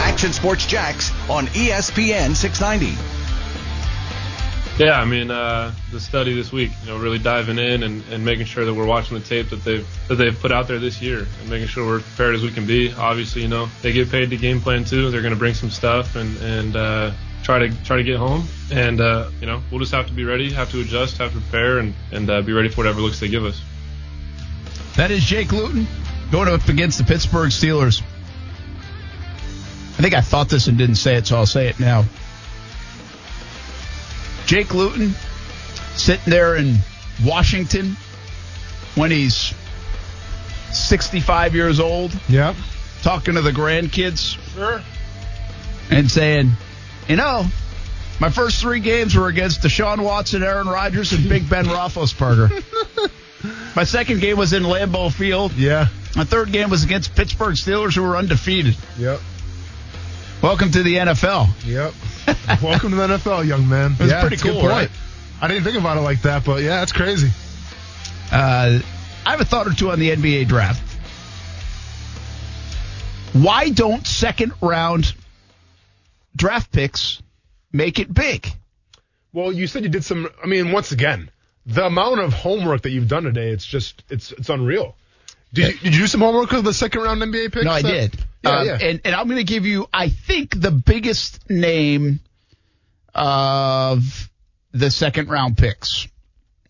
Speaker 2: Action Sports Jacks on E ESPN 690.
Speaker 6: Yeah, I mean uh, the study this week, you know, really diving in and, and making sure that we're watching the tape that they've that they've put out there this year and making sure we're prepared as we can be. Obviously, you know, they get paid to game plan too. They're going to bring some stuff and and uh, try to try to get home. And uh, you know, we'll just have to be ready, have to adjust, have to prepare, and and uh, be ready for whatever looks they give us.
Speaker 3: That is Jake Luton going up against the Pittsburgh Steelers. I think I thought this and didn't say it, so I'll say it now. Jake Luton sitting there in Washington when he's 65 years old,
Speaker 4: Yeah.
Speaker 3: talking to the grandkids
Speaker 4: Sure.
Speaker 3: and saying, you know, my first three games were against Deshaun Watson, Aaron Rodgers, and Big Ben Roethlisberger. my second game was in Lambeau Field.
Speaker 4: Yeah.
Speaker 3: My third game was against Pittsburgh Steelers, who were undefeated.
Speaker 4: Yep.
Speaker 3: Welcome to the NFL.
Speaker 4: Yep. Welcome to the NFL, young man. That's
Speaker 3: pretty cool, right?
Speaker 4: I didn't think about it like that, but yeah, that's crazy.
Speaker 3: Uh, I have a thought or two on the NBA draft. Why don't second round draft picks make it big?
Speaker 4: Well, you said you did some. I mean, once again, the amount of homework that you've done today, it's just, it's, it's unreal. Did you, did you do some homework with the second round NBA picks? Uh,
Speaker 3: No, I
Speaker 4: that-
Speaker 3: did.
Speaker 4: Yeah,
Speaker 3: Um,
Speaker 4: yeah.
Speaker 3: And, and I'm going to give you, I think, the biggest name of the second round picks.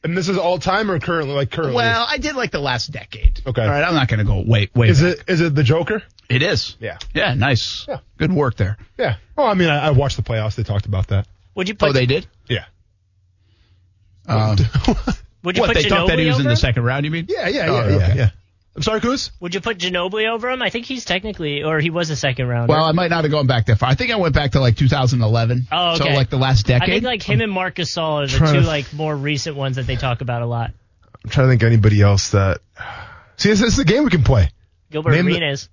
Speaker 4: And this is all time or currently, like currently.
Speaker 3: Well, I did like the last decade.
Speaker 4: Okay.
Speaker 3: All right, I'm not going to go wait, wait.
Speaker 4: is it is it the Joker?
Speaker 3: It is.
Speaker 4: Yeah.
Speaker 3: Yeah, nice.
Speaker 4: Yeah.
Speaker 3: Good work there.
Speaker 4: Yeah. Oh, I mean, I, I watched the playoffs. They talked about that.
Speaker 5: Would you put?
Speaker 3: Oh, they did?
Speaker 4: Yeah.
Speaker 3: Um,
Speaker 5: would you
Speaker 3: what,
Speaker 5: put
Speaker 3: they thought that he
Speaker 5: Ginobili
Speaker 3: was
Speaker 5: over?
Speaker 3: in the
Speaker 5: him?
Speaker 3: second round, you mean?
Speaker 4: Yeah, yeah,
Speaker 3: Oh,
Speaker 4: yeah, yeah,
Speaker 3: okay.
Speaker 4: yeah. I'm sorry, Coos.
Speaker 5: Would you put Ginobili over him? I think he's technically, or he was a second rounder.
Speaker 3: Well, I might not have gone back that far. I think I went back to like 2011.
Speaker 5: Oh,
Speaker 3: So
Speaker 5: okay.
Speaker 3: like the last
Speaker 5: I
Speaker 3: decade.
Speaker 5: think like him and Marcus Gasol are the
Speaker 4: trying
Speaker 5: two
Speaker 4: to-
Speaker 5: like more recent ones that they talk about a lot.
Speaker 4: I'm trying to think of anybody else that. See, this, this is a game we can play.
Speaker 5: Gilbert
Speaker 4: Name the-
Speaker 5: Arenas.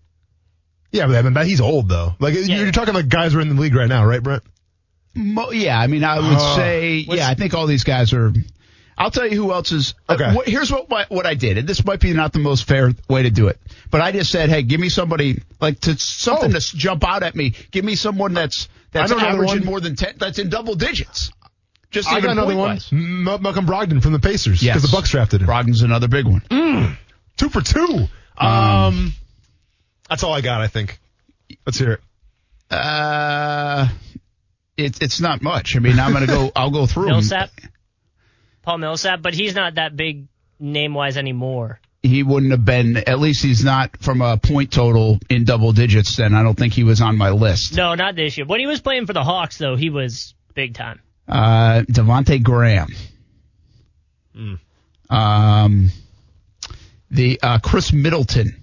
Speaker 4: Yeah, but I mean, that- he's old though. Like you're talking like guys who are in the league right now, right, Brent?
Speaker 3: Mo- yeah, I mean, I would
Speaker 4: Oh.
Speaker 3: say, yeah, I think all these guys are. I'll tell you who else is. uh,
Speaker 4: Okay.
Speaker 3: what- here's what, what what I did, and this might be not the most fair way to do it, but I just said, hey, give me somebody like to something
Speaker 4: Oh.
Speaker 3: to s- jump out at me. Give me someone that's that's
Speaker 4: know another
Speaker 3: averaging
Speaker 4: one.
Speaker 3: more than ten, that's in double digits. Just
Speaker 4: I
Speaker 3: even
Speaker 4: got another one.
Speaker 3: point-wise.
Speaker 4: M- Mal- Malcolm Brogdon from the Pacers because
Speaker 3: Yes.
Speaker 4: the Bucks drafted him. Mm.
Speaker 3: Brogdon's another big one.
Speaker 4: two for two. Um, that's all I got. I think. Let's hear it.
Speaker 3: Uh, it's it's not much. I mean, I'm gonna go. I'll
Speaker 4: Oh,
Speaker 3: go through. 'em.
Speaker 5: Millsap. Paul Millsap, but he's not that big name wise anymore.
Speaker 3: he wouldn't have been. At least he's not from a point total in double digits. Then I don't think he was on my list.
Speaker 5: No, not this year. When he was playing for the Hawks, though, he was big time.
Speaker 3: Uh, Devonte Graham. Um, the uh, Chris Middleton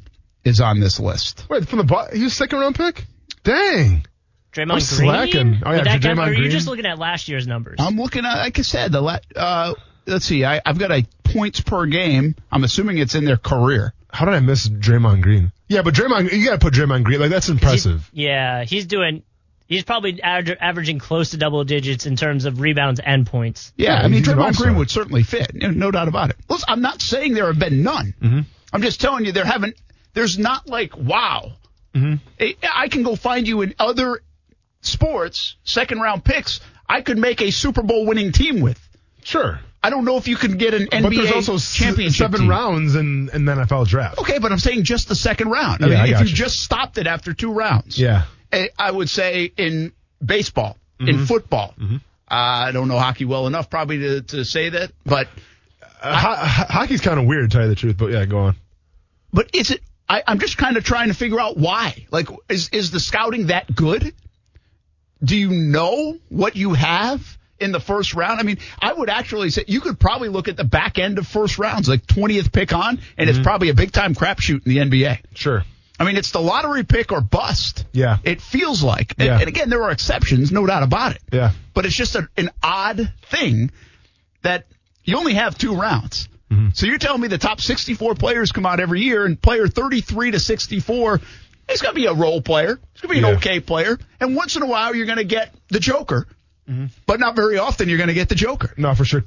Speaker 3: is on this list.
Speaker 4: Wait, from the bu- he was second round pick. Dang.
Speaker 5: Draymond Green.
Speaker 4: slacking. Oh, yeah,
Speaker 5: Would that
Speaker 4: Draymond
Speaker 5: count, or are you
Speaker 4: Green.
Speaker 5: just looking at last year's numbers?
Speaker 3: I'm looking at, like I said, the la- uh, let's see, I, I've got a points per game. I'm assuming it's in their career.
Speaker 4: How did I miss Draymond Green? Yeah, but Draymond, you gotta put Draymond Green. Like that's impressive.
Speaker 5: yeah, he's doing. He's probably aver- averaging close to double digits in terms of rebounds and points.
Speaker 3: Yeah,
Speaker 4: Yeah,
Speaker 3: I mean,
Speaker 4: he's an
Speaker 3: Draymond
Speaker 4: all-star.
Speaker 3: Green would certainly fit, no, no doubt about it. Listen, I'm not saying there have been none.
Speaker 4: Mm-hmm.
Speaker 3: I'm just telling you there haven't. There's not like wow.
Speaker 4: Mm-hmm.
Speaker 3: I- I can go find you in other sports second round picks. I could make a Super Bowl winning team with.
Speaker 4: Sure.
Speaker 3: I don't know if you can get an NBA
Speaker 4: But there's also s-
Speaker 3: championship
Speaker 4: seven
Speaker 3: team.
Speaker 4: rounds in in the NFL draft.
Speaker 3: Okay, but I'm saying just the second round. I
Speaker 4: Yeah,
Speaker 3: mean,
Speaker 4: I
Speaker 3: if
Speaker 4: got
Speaker 3: you,
Speaker 4: you.
Speaker 3: just stopped it after two rounds,
Speaker 4: Yeah.
Speaker 3: I I would say in baseball,
Speaker 4: Mm-hmm.
Speaker 3: in football. I don't know hockey well enough probably to, to say that, but
Speaker 4: Uh, ho- ho- hockey's kind of weird, to tell you the truth. But yeah, go on.
Speaker 3: but is it? I, I'm just kind of trying to figure out why. Like, is is the scouting that good? Do you know what you have in the first round? I mean, I would actually say you could probably look at the back end of first rounds, like 20th pick on, and
Speaker 4: Mm-hmm.
Speaker 3: it's probably a big time crapshoot in the NBA.
Speaker 4: Sure.
Speaker 3: I mean, it's the lottery pick or bust.
Speaker 4: Yeah.
Speaker 3: It feels like. And,
Speaker 4: Yeah.
Speaker 3: and again, there are exceptions, no doubt about it.
Speaker 4: Yeah.
Speaker 3: But it's just a, an odd thing that you only have two rounds.
Speaker 4: Mm-hmm.
Speaker 3: So you're telling me the top 64 players come out every year, and player 33 to 64 is going to be a role player. It's going to be an
Speaker 4: Yeah.
Speaker 3: okay player. And once in a while, you're going to get the Joker.
Speaker 4: Mm-hmm.
Speaker 3: But not very often you're going to get the Joker.
Speaker 4: No, for sure.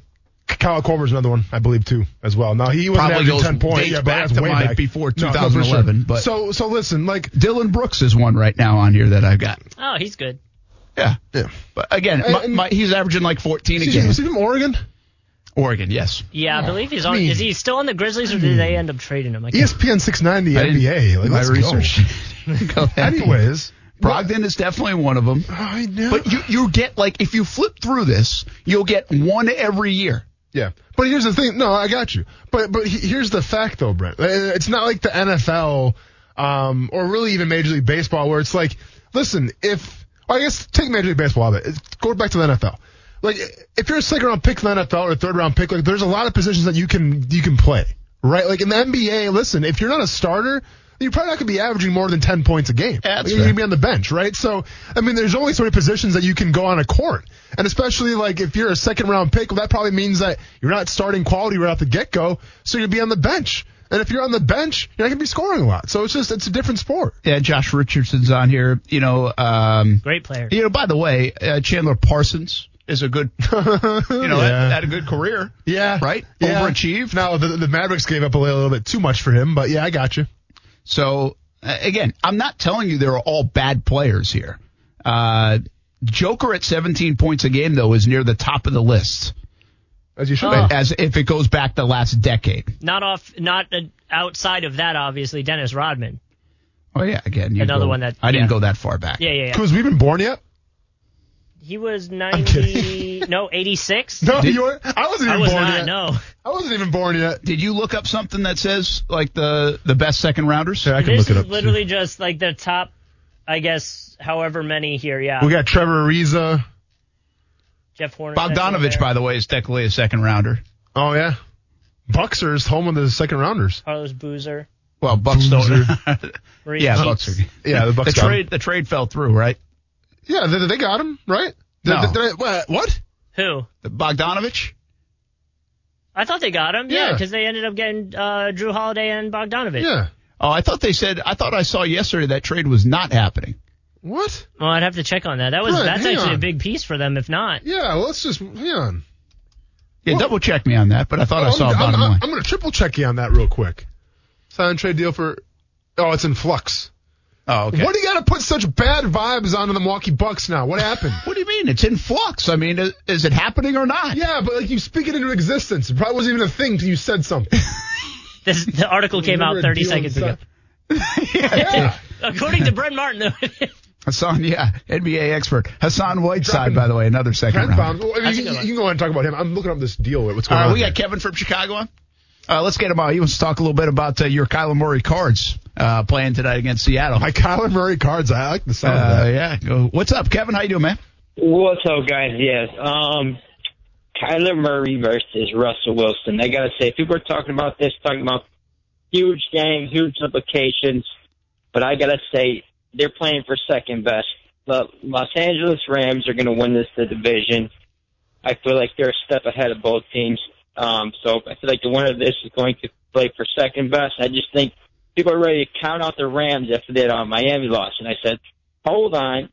Speaker 4: Kyle Korver's another one, I believe, too, as well. Now he was
Speaker 3: Probably
Speaker 4: averaging
Speaker 3: goes
Speaker 4: ten points.
Speaker 3: days
Speaker 4: Yeah, but
Speaker 3: back
Speaker 4: that's
Speaker 3: to
Speaker 4: way
Speaker 3: my
Speaker 4: back.
Speaker 3: before
Speaker 4: No, no, for sure.
Speaker 3: 2011, but-
Speaker 4: so so listen, like
Speaker 3: Dylan Brooks is one right now on here that I've got.
Speaker 5: Oh, he's good.
Speaker 3: Yeah. But again, my,
Speaker 4: and-
Speaker 3: my, he's averaging like 14 a
Speaker 4: is he,
Speaker 3: game.
Speaker 4: is he from Oregon?
Speaker 3: Oregon, yes.
Speaker 5: Yeah, I believe he's on.
Speaker 4: Oh, mean-
Speaker 5: is he still on the Grizzlies, or did they end up trading him? I can't-
Speaker 4: ESPN 690
Speaker 3: I didn't-
Speaker 4: NBA. Like,
Speaker 3: my
Speaker 4: let's
Speaker 3: research. Go
Speaker 4: Go.
Speaker 3: ahead.
Speaker 4: Anyways,
Speaker 3: Brogdon is definitely one of them.
Speaker 4: I know.
Speaker 3: But you you get like if you flip through this, you'll get one every year.
Speaker 4: Yeah, but here's the thing. No, I got you. But but he- here's the fact though, Brent. Uh, It's not like the NFL, um, or really even Major League Baseball, where it's like, listen, if well, I guess take Major League Baseball out of it. It's- Go back to the NFL. Like if you're a second round pick in the NFL or third round pick, like there's a lot of positions that you can you can play, right? Like in the NBA, listen, if you're not a starter. You're probably not going to be averaging more than 10 points a game.
Speaker 3: That's
Speaker 4: Like, you're
Speaker 3: fair.
Speaker 4: gonna be on the bench, right? So, I mean, there's only so many positions that you can go on a court. And especially, like, if you're a second round pick, well, that probably means that you're not starting quality right off the get go. So you'll be on the bench. And if you're on the bench, you're not going to be scoring a lot. So it's just, it's a different sport.
Speaker 3: Yeah, Josh Richardson's on here. You know, um,
Speaker 5: Great player.
Speaker 3: you know. By the way, uh, Chandler Parsons is a good, you know, had,
Speaker 4: Yeah.
Speaker 3: had a good career.
Speaker 4: Yeah.
Speaker 3: Right?
Speaker 4: Yeah.
Speaker 3: Overachieved.
Speaker 4: Now, the, the Mavericks gave up a little bit too much for him, but yeah, I got you.
Speaker 3: So uh, again, I'm not telling you they're all bad players here. Uh, Joker at 17 points a game though is near the top of the list
Speaker 4: As you should.
Speaker 5: Oh.
Speaker 3: as if it goes back the last decade.
Speaker 5: Not off. Not uh, outside of that, obviously. Dennis Rodman.
Speaker 3: Oh yeah, again, you
Speaker 5: Another
Speaker 3: go-
Speaker 5: one that-
Speaker 3: I didn't
Speaker 5: yeah.
Speaker 3: go that far back.
Speaker 5: Yeah, yeah, yeah.
Speaker 4: Because we've been born yet?
Speaker 5: He was
Speaker 4: kidding.
Speaker 5: ninety. no, eighty six.
Speaker 4: No, you were, I wasn't
Speaker 5: I
Speaker 4: even
Speaker 5: was
Speaker 4: born
Speaker 5: not.
Speaker 4: yet.
Speaker 5: No.
Speaker 4: I wasn't even born yet.
Speaker 3: Did you look up something that says like the the best second rounders?
Speaker 4: I can
Speaker 5: This
Speaker 4: look it
Speaker 5: is
Speaker 4: up. too.
Speaker 5: literally just like the top, I guess, however many here. Yeah.
Speaker 4: We got Trevor Ariza.
Speaker 5: Jeff Horner.
Speaker 3: Bogdanovich, by the way, is technically a second rounder.
Speaker 4: Oh yeah, Buxers home of the second rounders.
Speaker 5: Carlos Boozer.
Speaker 3: Well, Bucks
Speaker 4: Boozer.
Speaker 3: don't.
Speaker 5: Maurice
Speaker 3: yeah,
Speaker 5: Cheeks.
Speaker 3: Bucks are.
Speaker 4: Yeah, the Bucks.
Speaker 3: The
Speaker 4: got him.
Speaker 3: trade the trade fell through, right?
Speaker 4: Yeah, they, they got him right. They-
Speaker 3: No.
Speaker 4: they- they- wha- what?
Speaker 5: Who?
Speaker 3: The Bogdanovich.
Speaker 5: I thought they got him. Yeah,
Speaker 4: Yeah.
Speaker 5: because they ended up getting uh, Drew Holiday and Bogdanovich.
Speaker 4: Yeah.
Speaker 3: Oh, I thought they said. I thought I saw yesterday that trade was not happening.
Speaker 4: What?
Speaker 5: Well, I'd have to check on that. That was
Speaker 4: Right,
Speaker 5: that's
Speaker 4: hang
Speaker 5: actually a
Speaker 4: on.
Speaker 5: big piece for them. If not,
Speaker 4: Yeah. Well, let's just hang on.
Speaker 3: Yeah, double check me on that. But I thought I
Speaker 4: I'm,
Speaker 3: saw a
Speaker 4: I'm,
Speaker 3: bottom
Speaker 4: I'm,
Speaker 3: line.
Speaker 4: I'm gonna triple check you on that real quick. Sign trade deal for. Oh, it's in flux.
Speaker 3: oh, okay.
Speaker 4: What
Speaker 3: What
Speaker 4: do you got to put such bad vibes onto the Milwaukee Bucks now? What happened?
Speaker 3: do, you mean? It's in flux. I mean, is, is it happening or not?
Speaker 4: yeah, but like you speak it into existence. It probably wasn't even a thing till you said something.
Speaker 5: this the article came out
Speaker 4: Remember a
Speaker 5: 30
Speaker 4: deal
Speaker 5: seconds ago.
Speaker 4: inside- yeah.
Speaker 5: According to Brent Martin, though,
Speaker 3: Hassan, yeah, NBA expert Hassan Whiteside,
Speaker 4: Dropping-
Speaker 3: by the way, another second
Speaker 4: Brent
Speaker 3: rounder.
Speaker 4: Bounds. Well, I mean,
Speaker 5: That's a
Speaker 4: you,
Speaker 5: good one.
Speaker 4: you can go ahead and talk about him. I'm looking up this deal. What's
Speaker 3: All
Speaker 4: going
Speaker 3: right,
Speaker 4: on?
Speaker 3: we
Speaker 4: here.
Speaker 3: got Kevin from Chicago on. Uh, let's get him out. He wants to talk a little bit about uh, your Kyler Murray cards uh, playing tonight against Seattle.
Speaker 4: My Kyler Murray cards. I like the sound of
Speaker 3: Uh,
Speaker 4: that.
Speaker 3: yeah. Go. What's up, Kevin? How you doing, man?
Speaker 7: What's up, guys? Yes. Um, Kyler Murray versus Russell Wilson. I got to say, people are talking about this, talking about huge games, huge implications, but I got to say, they're playing for second best. The Los Angeles Rams are going to win this the division. I feel like they're a step ahead of both teams. Um, so I feel like the winner of this is going to play for second best. I just think people are ready to count out the Rams after that uh, Miami loss. And I said, hold on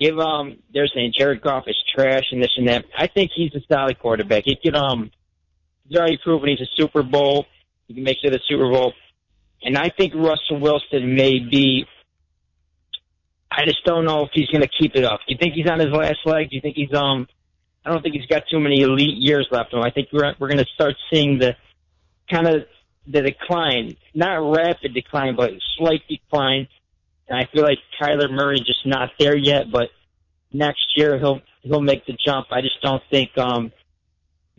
Speaker 7: give um they're saying Jared Goff is trash and this and that. I think he's a solid quarterback. He can um he's already proven he's a Super Bowl. He can make it to the Super Bowl. And I think Russell Wilson may be I just don't know if he's gonna keep it up. Do you think he's on his last leg? Do you think he's um I don't think he's got too many elite years left in him. I think we're we're gonna start seeing the kind of the decline. Not rapid decline, but slight decline. And I feel like Kyler Murray just not there yet, but next year he'll he'll make the jump. I just don't think um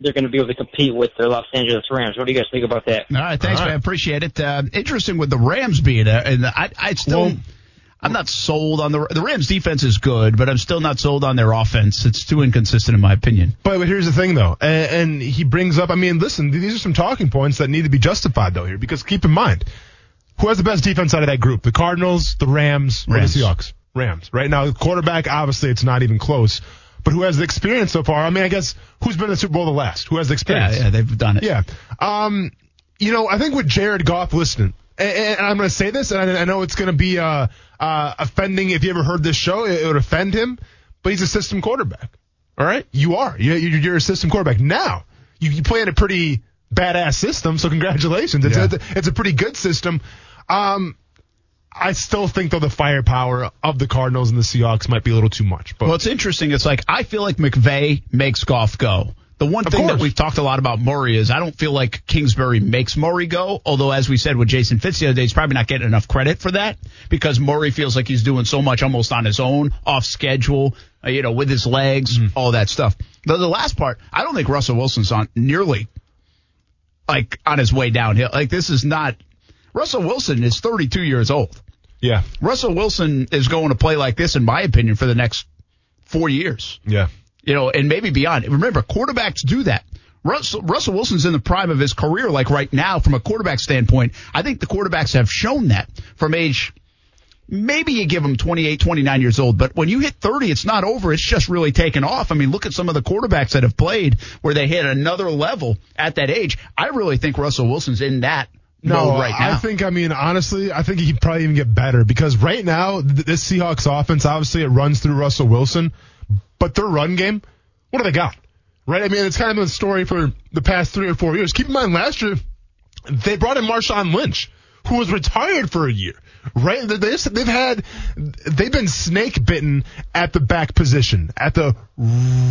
Speaker 7: they're going to be able to compete with the Los Angeles Rams. What do you guys think about that?
Speaker 3: All right, thanks, man. Appreciate it. Uh, interesting with the Rams being there, and I, I still, I'm not sold on the the Rams defense is good, but I'm still not sold on their offense. It's too inconsistent in my opinion.
Speaker 4: But, but here's the thing, though, and, and he brings up. I mean, listen, these are some talking points that need to be justified, though, here, because keep in mind, who has the best defense out of that group? The Cardinals, the Rams, or the
Speaker 3: Rams.
Speaker 4: Seahawks? Rams. Right now, the quarterback, obviously, it's not even close. But who has the experience so far? I mean, I guess who's been in the Super Bowl the last? Who has the
Speaker 3: Yeah,
Speaker 4: experience?
Speaker 3: yeah, they've done it.
Speaker 4: Yeah. Um, you know, I think with Jared Goff, listening, and, and I'm going to say this, and I, I know it's going to be uh, uh, offending. If you ever heard this show, it, it would offend him, but he's a system quarterback. All right? You are. You, you- you're a system quarterback. Now, you, you play in a pretty badass system, so congratulations. It's,
Speaker 3: Yeah.
Speaker 4: it's, a, it's a pretty good system. Um, I still think, though, the firepower of the Cardinals and the Seahawks might be a little too much. But
Speaker 3: Well, it's interesting. It's like I feel like McVay makes Goff go. The one thing that
Speaker 4: course.
Speaker 3: we've talked a lot about Murray is I don't feel like Kingsbury makes Murray go. Although, as we said with Jason Fitz the other day, he's probably not getting enough credit for that because Murray feels like he's doing so much almost on his own, off schedule, uh, you know, with his legs, all that stuff. The, the last part, I don't think Russell Wilson's on nearly like on his way downhill. Like this is not Russell Wilson is 32 years old.
Speaker 4: yeah.
Speaker 3: Russell Wilson is going to play like this, in my opinion, for the next four years,
Speaker 4: Yeah.
Speaker 3: you know, and maybe beyond. Remember, quarterbacks do that. Russell, Russell Wilson's in the prime of his career, like right now, from a quarterback standpoint. I think the quarterbacks have shown that from age, maybe you give them 28, 29 years old, but when you hit 30, it's not over. It's just really taken off. I mean, look at some of the quarterbacks that have played where they hit another level at that age. I really think Russell Wilson's in that mode right now.
Speaker 4: I think, I mean, honestly, I think he could probably even get better because right now, th- this Seahawks offense, obviously, it runs through Russell Wilson, but their run game, what do they got? Right? I mean, it's kind of been the story for the past three or four years. Keep in mind, last year, they brought in Marshawn Lynch, who was retired for a year. Right? They- They just, they've had, they've been snake bitten at the back position, at the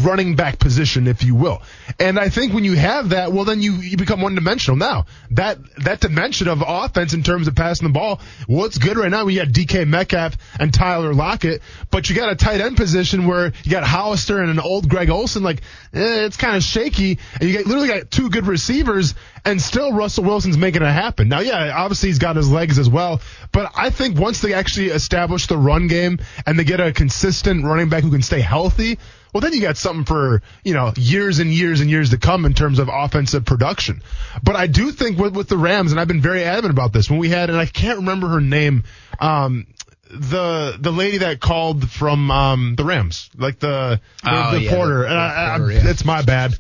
Speaker 4: running back position, if you will. And I think when you have that, well, then you, you become one dimensional. Now that that dimension of offense in terms of passing the ball, what's good right now? We got DK Metcalf and Tyler Lockett, but you got a tight end position where you got Hollister and an old Greg Olson. Like eh, it's kind of shaky, and you got, literally got two good receivers, and still Russell Wilson's making it happen. Now, yeah, obviously he's got his legs as well, but I think once they actually establish the run game and they get a consistent running back who can stay healthy. Well, then you got something for, you know, years and years and years to come in terms of offensive production. But I do think with, with the Rams, and I've been very adamant about this, when we had, and I can't remember her name, um, the the lady that called from um, the Rams, like the the,
Speaker 3: Oh,
Speaker 4: the
Speaker 3: yeah,
Speaker 4: porter,
Speaker 3: the-
Speaker 4: and I, I,
Speaker 3: the porter, yeah.
Speaker 4: it's my bad.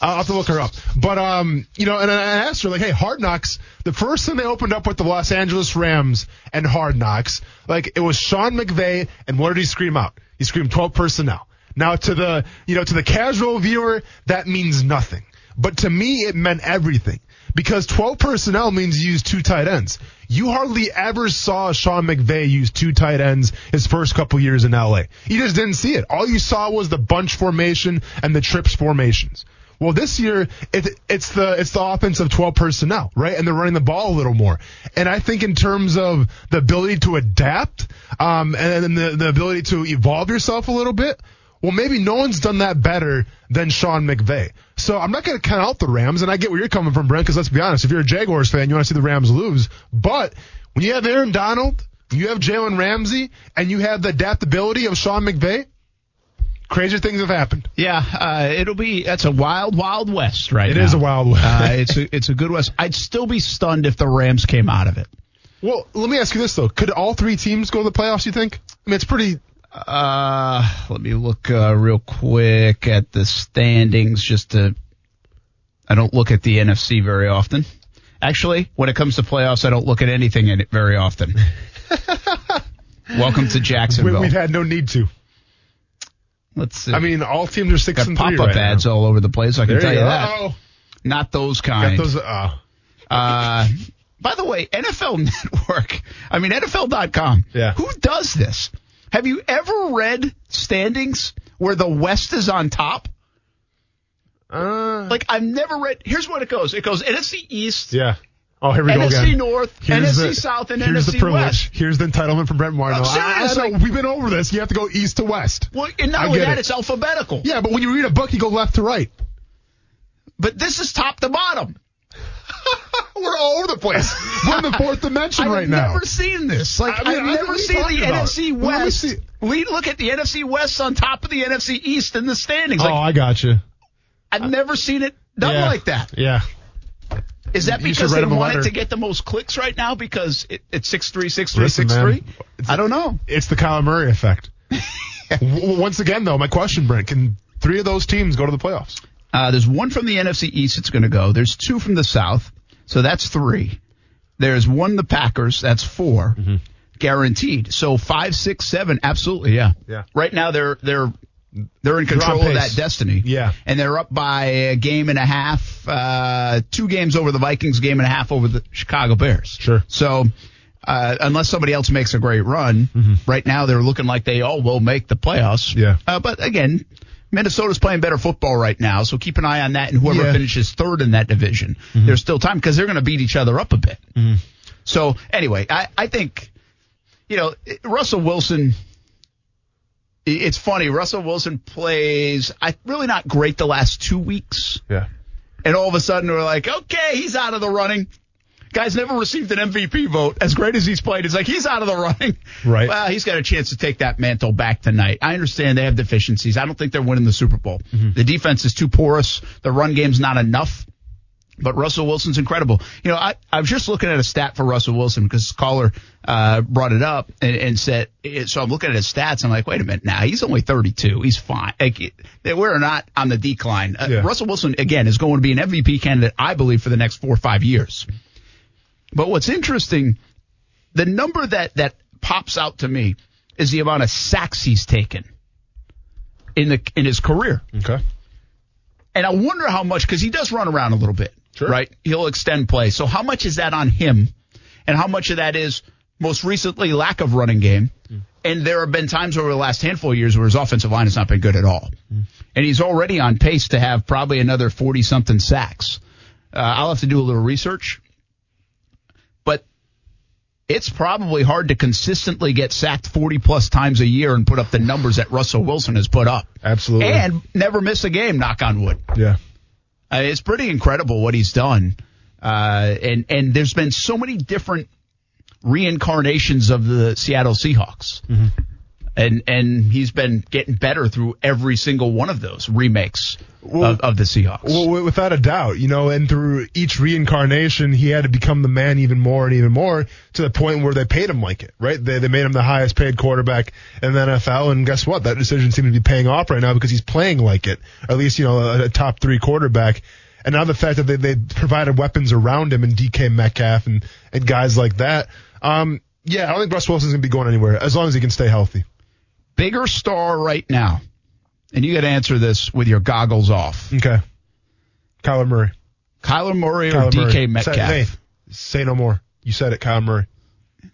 Speaker 4: I'll have to look her up. But um, you know, and I asked her like, "Hey, Hard Knocks." The first thing they opened up with the Los Angeles Rams and Hard Knocks, like it was Sean McVay, and what did he scream out? He screamed 12 personnel. Now to the you know to the casual viewer, that means nothing. But to me, it meant everything because 12 personnel means you use two tight ends. You hardly ever saw Sean McVay use two tight ends his first couple years in LA. You just didn't see it. All you saw was the bunch formation and the trips formations. Well, this year it, it's the it's the offense of 12 personnel, right? And they're running the ball a little more. And I think in terms of the ability to adapt um, and, and the, the ability to evolve yourself a little bit, well, maybe no one's done that better than Sean McVay. So I'm not going to count out the Rams, and I get where you're coming from, Brent, because let's be honest, if you're a Jaguars fan, you want to see the Rams lose. But when you have Aaron Donald, you have Jalen Ramsey, and you have the adaptability of Sean McVay, crazier things have happened.
Speaker 3: Yeah, uh, it'll be. That's a wild, wild west, right?
Speaker 4: It
Speaker 3: It is
Speaker 4: is a wild west.
Speaker 3: uh, it's a it's a good west. I'd still be stunned if the Rams came out of it.
Speaker 4: Well, let me ask you this, though. Could all three teams go to the playoffs, you think? I mean, it's pretty.
Speaker 3: Uh, let me look uh, real quick at the standings just to. I don't look at the NFC very often. Actually, when it comes to playoffs, I don't look at anything in it very often. Welcome to
Speaker 4: We,
Speaker 3: Jacksonville.
Speaker 4: we've had no need to.
Speaker 3: Let's see.
Speaker 4: I mean, all teams are six
Speaker 3: got
Speaker 4: and three
Speaker 3: pop-up
Speaker 4: right
Speaker 3: ads
Speaker 4: now.
Speaker 3: all over the place. I can
Speaker 4: There
Speaker 3: tell
Speaker 4: you
Speaker 3: you
Speaker 4: go.
Speaker 3: that.
Speaker 4: Oh,
Speaker 3: Not those
Speaker 4: got
Speaker 3: kind.
Speaker 4: those. Oh.
Speaker 3: Uh, by the way, NFL Network, I mean, NFL.com.
Speaker 4: Yeah.
Speaker 3: Who does this? Have you ever read standings where the West is on top?
Speaker 4: Uh,
Speaker 3: Like, I've never read. Here's what it goes it goes NFC East,
Speaker 4: yeah. Oh, here we go
Speaker 3: NFC
Speaker 4: again.
Speaker 3: North,
Speaker 4: Here's
Speaker 3: NFC
Speaker 4: the-
Speaker 3: South, and
Speaker 4: here's the
Speaker 3: NFC
Speaker 4: privilege.
Speaker 3: West.
Speaker 4: Here's the entitlement from Brent Martineau.
Speaker 3: I'm
Speaker 4: I, I
Speaker 3: serious,
Speaker 4: know,
Speaker 3: like-
Speaker 4: we've been over this. You have to go east to west.
Speaker 3: Well, and not
Speaker 4: I
Speaker 3: only
Speaker 4: get
Speaker 3: that,
Speaker 4: it.
Speaker 3: it's alphabetical.
Speaker 4: Yeah, but when you read a book, you go left to right.
Speaker 3: But this is top to bottom.
Speaker 4: We're all over the place. We're in the fourth dimension
Speaker 3: I've
Speaker 4: right now.
Speaker 3: never seen this. Like
Speaker 4: I mean,
Speaker 3: I've
Speaker 4: I-
Speaker 3: never
Speaker 4: what are you
Speaker 3: seen
Speaker 4: talking
Speaker 3: the
Speaker 4: about?
Speaker 3: NFC
Speaker 4: Well, let me
Speaker 3: West.
Speaker 4: see.
Speaker 3: We look at the NFC West on top of the NFC East in the standings.
Speaker 4: oh,
Speaker 3: Like
Speaker 4: I got you.
Speaker 3: I've never seen it done
Speaker 4: Yeah.
Speaker 3: like that.
Speaker 4: Yeah.
Speaker 3: Is that
Speaker 4: You should
Speaker 3: because
Speaker 4: write
Speaker 3: they
Speaker 4: him a
Speaker 3: wanted
Speaker 4: letter.
Speaker 3: to get the most clicks right now because it, it's six three six three
Speaker 4: Listen,
Speaker 3: six
Speaker 4: man.
Speaker 3: three? I don't know.
Speaker 4: It's the Kyler Murray effect. W- Once again, though, my question, Brent, can three of those teams go to the playoffs?
Speaker 3: Uh, there's one from the NFC East that's going to go. There's two from the South, so that's three. There's one the Packers, that's 4
Speaker 4: Mm-hmm.
Speaker 3: guaranteed. So five, six, seven, absolutely, yeah.
Speaker 4: Yeah.
Speaker 3: Right now they're they're they're in control
Speaker 4: on
Speaker 3: of that
Speaker 4: pace.
Speaker 3: destiny.
Speaker 4: Yeah.
Speaker 3: and they're up by a game and a half, uh, two games over the Vikings, game and a half over the Chicago Bears.
Speaker 4: Sure.
Speaker 3: So. Uh, unless somebody else makes a great run,
Speaker 4: Mm-hmm.
Speaker 3: right now they're looking like they all will make the playoffs.
Speaker 4: Yeah.
Speaker 3: Uh, but again, Minnesota's playing better football right now, so keep an eye on that. And whoever
Speaker 4: Yeah. Mm-hmm.
Speaker 3: finishes third in that division, there's still time because they're going to beat each other up a bit. So anyway, I, I think, you know, it- Russell Wilson. i- It's funny. Russell Wilson plays I really not great the last two weeks,
Speaker 4: Yeah.
Speaker 3: and all of a sudden we're like, okay, he's out of the running. Guy's never received an MVP vote. As great as he's played, it's like he's out of the running.
Speaker 4: Right.
Speaker 3: Well, he's got a chance to take that mantle back tonight. I understand they have deficiencies. I don't think they're winning the Super Bowl. The defense is too porous. The run game's not enough. But Russell Wilson's incredible. You know, I, I was just looking at a stat for Russell Wilson because this caller uh, brought it up and, and said, it, so I'm looking at his stats. I'm like, wait a minute now. he's only 32. He's fine. Like, it- that we're not on the decline. Uh,
Speaker 4: Yeah.
Speaker 3: Russell Wilson, again, is going to be an MVP candidate, I believe, for the next four or five years. But what's interesting, the number that, that pops out to me is the amount of sacks he's taken in the in his career.
Speaker 4: Okay.
Speaker 3: And I wonder how much, because he does run around a little bit,
Speaker 4: Sure.
Speaker 3: right? He'll extend play. So how much is that on him? And how much of that is most recently lack of running game? And there have been times over the last handful of years where his offensive line has not been good at all. And he's already on pace to have probably another 40 something sacks. Uh, I'll have to do a little research, but it's probably hard to consistently get sacked 40 plus times a year and put up the numbers that Russell Wilson has put up.
Speaker 4: Absolutely.
Speaker 3: And never miss a game, knock on wood.
Speaker 4: yeah.
Speaker 3: Uh, it's pretty incredible what he's done, uh, and and there's been so many different reincarnations of the Seattle Seahawks,
Speaker 4: Mm-hmm.
Speaker 3: and and he's been getting better through every single one of those remakes of, of the Seahawks.
Speaker 4: Well, wi- without a doubt, you know, and through each reincarnation, he had to become the man even more and even more to the point where they paid him like it, right? They, they made him the highest paid quarterback in the NFL. And guess what? That decision seems to be paying off right now because he's playing like it, at least, you know, a, a top three quarterback. And now the fact that they, they provided weapons around him and DK Metcalf and, and guys like that. Um, yeah, I don't think Russ Wilson's going to be going anywhere as long as he can stay healthy.
Speaker 3: Bigger star right now, and you got to answer this with your goggles off:
Speaker 4: Okay. Kyler Murray.
Speaker 3: Kyler Murray or
Speaker 4: Kyler
Speaker 3: DK
Speaker 4: Murray.
Speaker 3: Metcalf?
Speaker 4: Say, hey, say no more. You said it, Kyler Murray.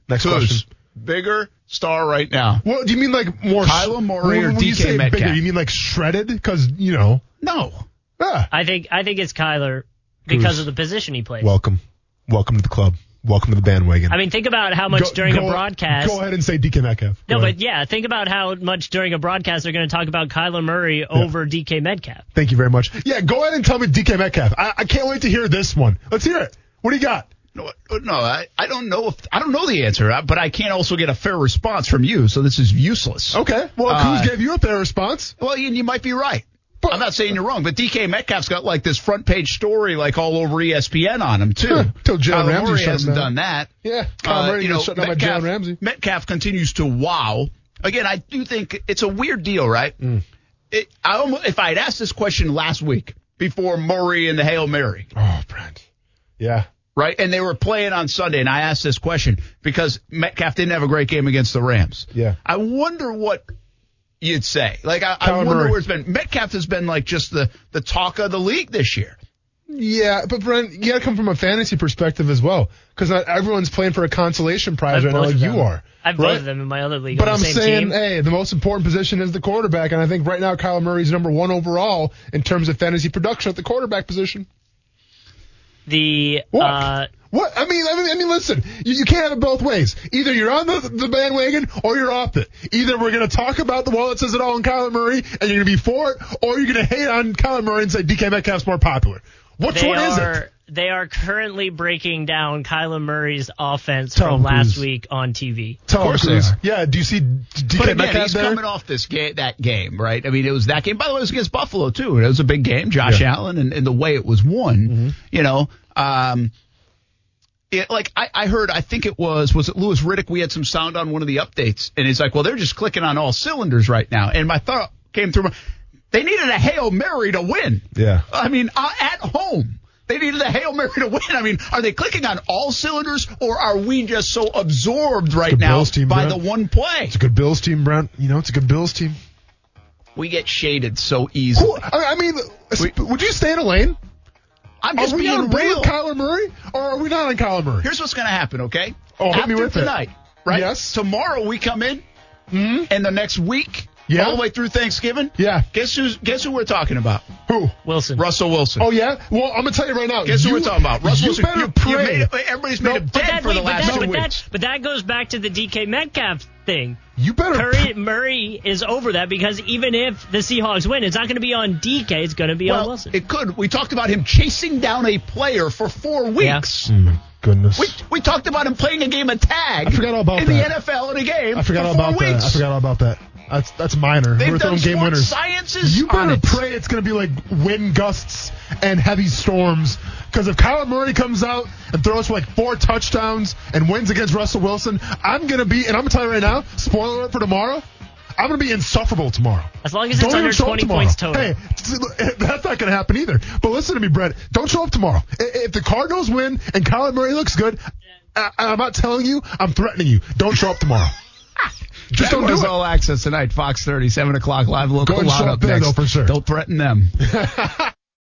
Speaker 4: Next
Speaker 3: Who's
Speaker 4: question.
Speaker 3: bigger star right now?
Speaker 4: What do you mean, like more?
Speaker 3: Oh. Kyler Murray or
Speaker 4: when you
Speaker 3: DK
Speaker 4: say
Speaker 3: Metcalf?
Speaker 4: Bigger, you mean like shredded? Because you know,
Speaker 3: No,
Speaker 4: ah,
Speaker 5: I think I think it's Kyler because
Speaker 4: Goose.
Speaker 5: of the position he plays.
Speaker 4: welcome, welcome to the club. Welcome to the bandwagon.
Speaker 5: I mean, think about how much
Speaker 4: Go-
Speaker 5: during
Speaker 4: go-
Speaker 5: a broadcast.
Speaker 4: Go ahead and say DK Metcalf. Go
Speaker 5: No,
Speaker 4: ahead.
Speaker 5: but yeah, think about how much during a broadcast they're going to talk about Kyler Murray over DK Metcalf.
Speaker 4: Thank you very much. Yeah, go ahead and tell me DK Metcalf. I, I can't wait to hear this one. Let's hear it. What do you got?
Speaker 3: No, no, I, I don't know if I don't know the answer, uh, but I can't also get a fair response from you, so this is useless.
Speaker 4: Okay. Well,
Speaker 3: Uh,
Speaker 4: Coos gave you a fair response.
Speaker 3: Well, you, you might be right. I'm not saying you're wrong, but DK Metcalf's got like this front page story like all over E ESPN on him too.
Speaker 4: Till Jalen
Speaker 3: Kyler
Speaker 4: Ramsey
Speaker 3: Murray
Speaker 4: shut him
Speaker 3: hasn't
Speaker 4: down.
Speaker 3: done that. Uh,
Speaker 4: Yeah, Kyler Murray was shut down by Jalen Ramsey.
Speaker 3: Metcalf continues to wow. Again, I do think it's a weird deal, right?
Speaker 4: Mm.
Speaker 3: It, I almost, if I had asked this question last week before Murray and the Hail Mary,
Speaker 4: Oh, Brent. Yeah.
Speaker 3: right? And they were playing on Sunday, and I asked this question because Metcalf didn't have a great game against the Rams.
Speaker 4: Yeah.
Speaker 3: I wonder what you'd say. Like, I, I
Speaker 4: Kyler
Speaker 3: wonder
Speaker 4: Murray.
Speaker 3: where it's been. Metcalf has been like just the, the talk of the league this year.
Speaker 4: Yeah, but Brent, you got to come from a fantasy perspective as well, because not everyone's playing for a consolation prize right now,
Speaker 5: both
Speaker 4: like
Speaker 5: of
Speaker 4: you
Speaker 5: them.
Speaker 4: are.
Speaker 5: I have
Speaker 4: right?
Speaker 5: both of them in my other league
Speaker 4: But
Speaker 5: on
Speaker 4: I'm
Speaker 5: the same
Speaker 4: saying,
Speaker 5: team.
Speaker 4: hey, the most important position is the quarterback, and I think right now Kyler Murray's number one overall in terms of fantasy production at the quarterback position.
Speaker 5: The
Speaker 4: What?
Speaker 5: uh,
Speaker 4: what? I mean, I mean, I mean listen, you, you can't have it both ways. Either you're on the, the bandwagon or you're off it. Either we're going to talk about the wall that says it all on Kyler Murray and you're going to be for it, or you're going to hate on Kyler Murray and say DK Metcalf's more popular. Which
Speaker 5: they
Speaker 4: one is
Speaker 5: are
Speaker 4: it?
Speaker 5: they are currently breaking down Kyler Murray's offense
Speaker 4: Tell
Speaker 5: from
Speaker 4: him,
Speaker 5: last
Speaker 4: please.
Speaker 5: week on TV.
Speaker 4: Tell
Speaker 3: course
Speaker 4: us,
Speaker 3: they
Speaker 4: Cruz.
Speaker 3: are.
Speaker 4: Yeah, do you see DK
Speaker 3: But again,
Speaker 4: Metcalf
Speaker 3: he's
Speaker 4: there?
Speaker 3: coming off this game, that game, right? I mean, it was that game. By the way, it was against Buffalo too. It was a big game. Josh Allen and, and the way it was won,
Speaker 4: Mm-hmm.
Speaker 3: you know. Um, it, like I, I heard, I think it was was it Lewis Riddick? We had some sound on one of the updates, and he's like, "Well, they're just clicking on all cylinders right now." And my thought came through: my, they needed a hail mary to win.
Speaker 4: Yeah.
Speaker 3: I mean, uh, at home. They needed a Hail Mary to win. I mean, are they clicking on all cylinders or are we just so absorbed right
Speaker 4: The
Speaker 3: now
Speaker 4: Bills team,
Speaker 3: by
Speaker 4: Brent.
Speaker 3: the one play?
Speaker 4: It's a good Bills team, Brent. You know, it's a good Bills team.
Speaker 3: We get shaded so easily.
Speaker 4: I I mean, sp- would you stay in a lane?
Speaker 3: I'm
Speaker 4: Are
Speaker 3: just
Speaker 4: we on
Speaker 3: being
Speaker 4: board
Speaker 3: real.
Speaker 4: with Kyler Murray, or are we not on Kyler Murray?
Speaker 3: Here's what's going to happen, okay?
Speaker 4: Oh, hit
Speaker 3: After
Speaker 4: me with it.
Speaker 3: tonight, right?
Speaker 4: Yes. Hmm?
Speaker 3: Tomorrow we come in, and the next week,
Speaker 4: Yeah.
Speaker 3: all the way through Thanksgiving.
Speaker 4: Yeah.
Speaker 3: Guess who's guess who we're talking about?
Speaker 4: Who?
Speaker 5: Wilson.
Speaker 3: Russell Wilson.
Speaker 4: Oh yeah. Well, I'm gonna tell you right now.
Speaker 3: Guess
Speaker 4: you,
Speaker 3: who we're talking about? Russell
Speaker 4: you
Speaker 3: Wilson.
Speaker 4: better
Speaker 3: you, you
Speaker 4: pray.
Speaker 3: made, everybody's made
Speaker 4: No,
Speaker 3: him
Speaker 4: but
Speaker 3: dead
Speaker 5: that,
Speaker 3: for
Speaker 5: wait,
Speaker 3: the
Speaker 5: but
Speaker 3: last
Speaker 5: that,
Speaker 3: two
Speaker 5: but
Speaker 3: weeks.
Speaker 5: That, but that goes back to the DK Metcalf thing.
Speaker 4: you better.
Speaker 5: Curry Murray is over that because even if the Seahawks win, it's not going to be on DK. It's going to be on
Speaker 3: well,
Speaker 5: Wilson.
Speaker 3: it could. We talked about him chasing down a player for four weeks.
Speaker 4: Oh my goodness.
Speaker 3: We, we talked about him playing a game of tag.
Speaker 4: I forgot all about
Speaker 3: in
Speaker 4: that.
Speaker 3: the NFL in a game.
Speaker 4: I forgot
Speaker 3: for four
Speaker 4: all about
Speaker 3: weeks.
Speaker 4: that. I forgot all about that. That's that's minor.
Speaker 3: They've
Speaker 4: we're
Speaker 3: done
Speaker 4: throwing game
Speaker 3: sports
Speaker 4: winners.
Speaker 3: sciences.
Speaker 4: You
Speaker 3: on
Speaker 4: better
Speaker 3: it.
Speaker 4: pray it's gonna be like wind gusts and heavy storms. Because if Kyler Murray comes out and throws for like four touchdowns and wins against Russell Wilson, I'm gonna be and I'm gonna tell you right now. Spoiler alert for tomorrow. I'm gonna be insufferable tomorrow.
Speaker 5: As long as it's
Speaker 4: Don't
Speaker 5: under
Speaker 4: even show up
Speaker 5: 20
Speaker 4: tomorrow.
Speaker 5: points total.
Speaker 4: Hey, that's not going to happen either. But listen to me, Brett. Don't show up tomorrow. I- If the Cardinals win and Kyler Murray looks good, I- I'm not telling you. I'm threatening you. Don't show up tomorrow. Just don't do
Speaker 3: Jaguars
Speaker 4: it.
Speaker 3: all access tonight, Fox 30, 7 o'clock live local
Speaker 4: Go and show
Speaker 3: lineup
Speaker 4: up there,
Speaker 3: next.
Speaker 4: though, for sure.
Speaker 3: Don't threaten them.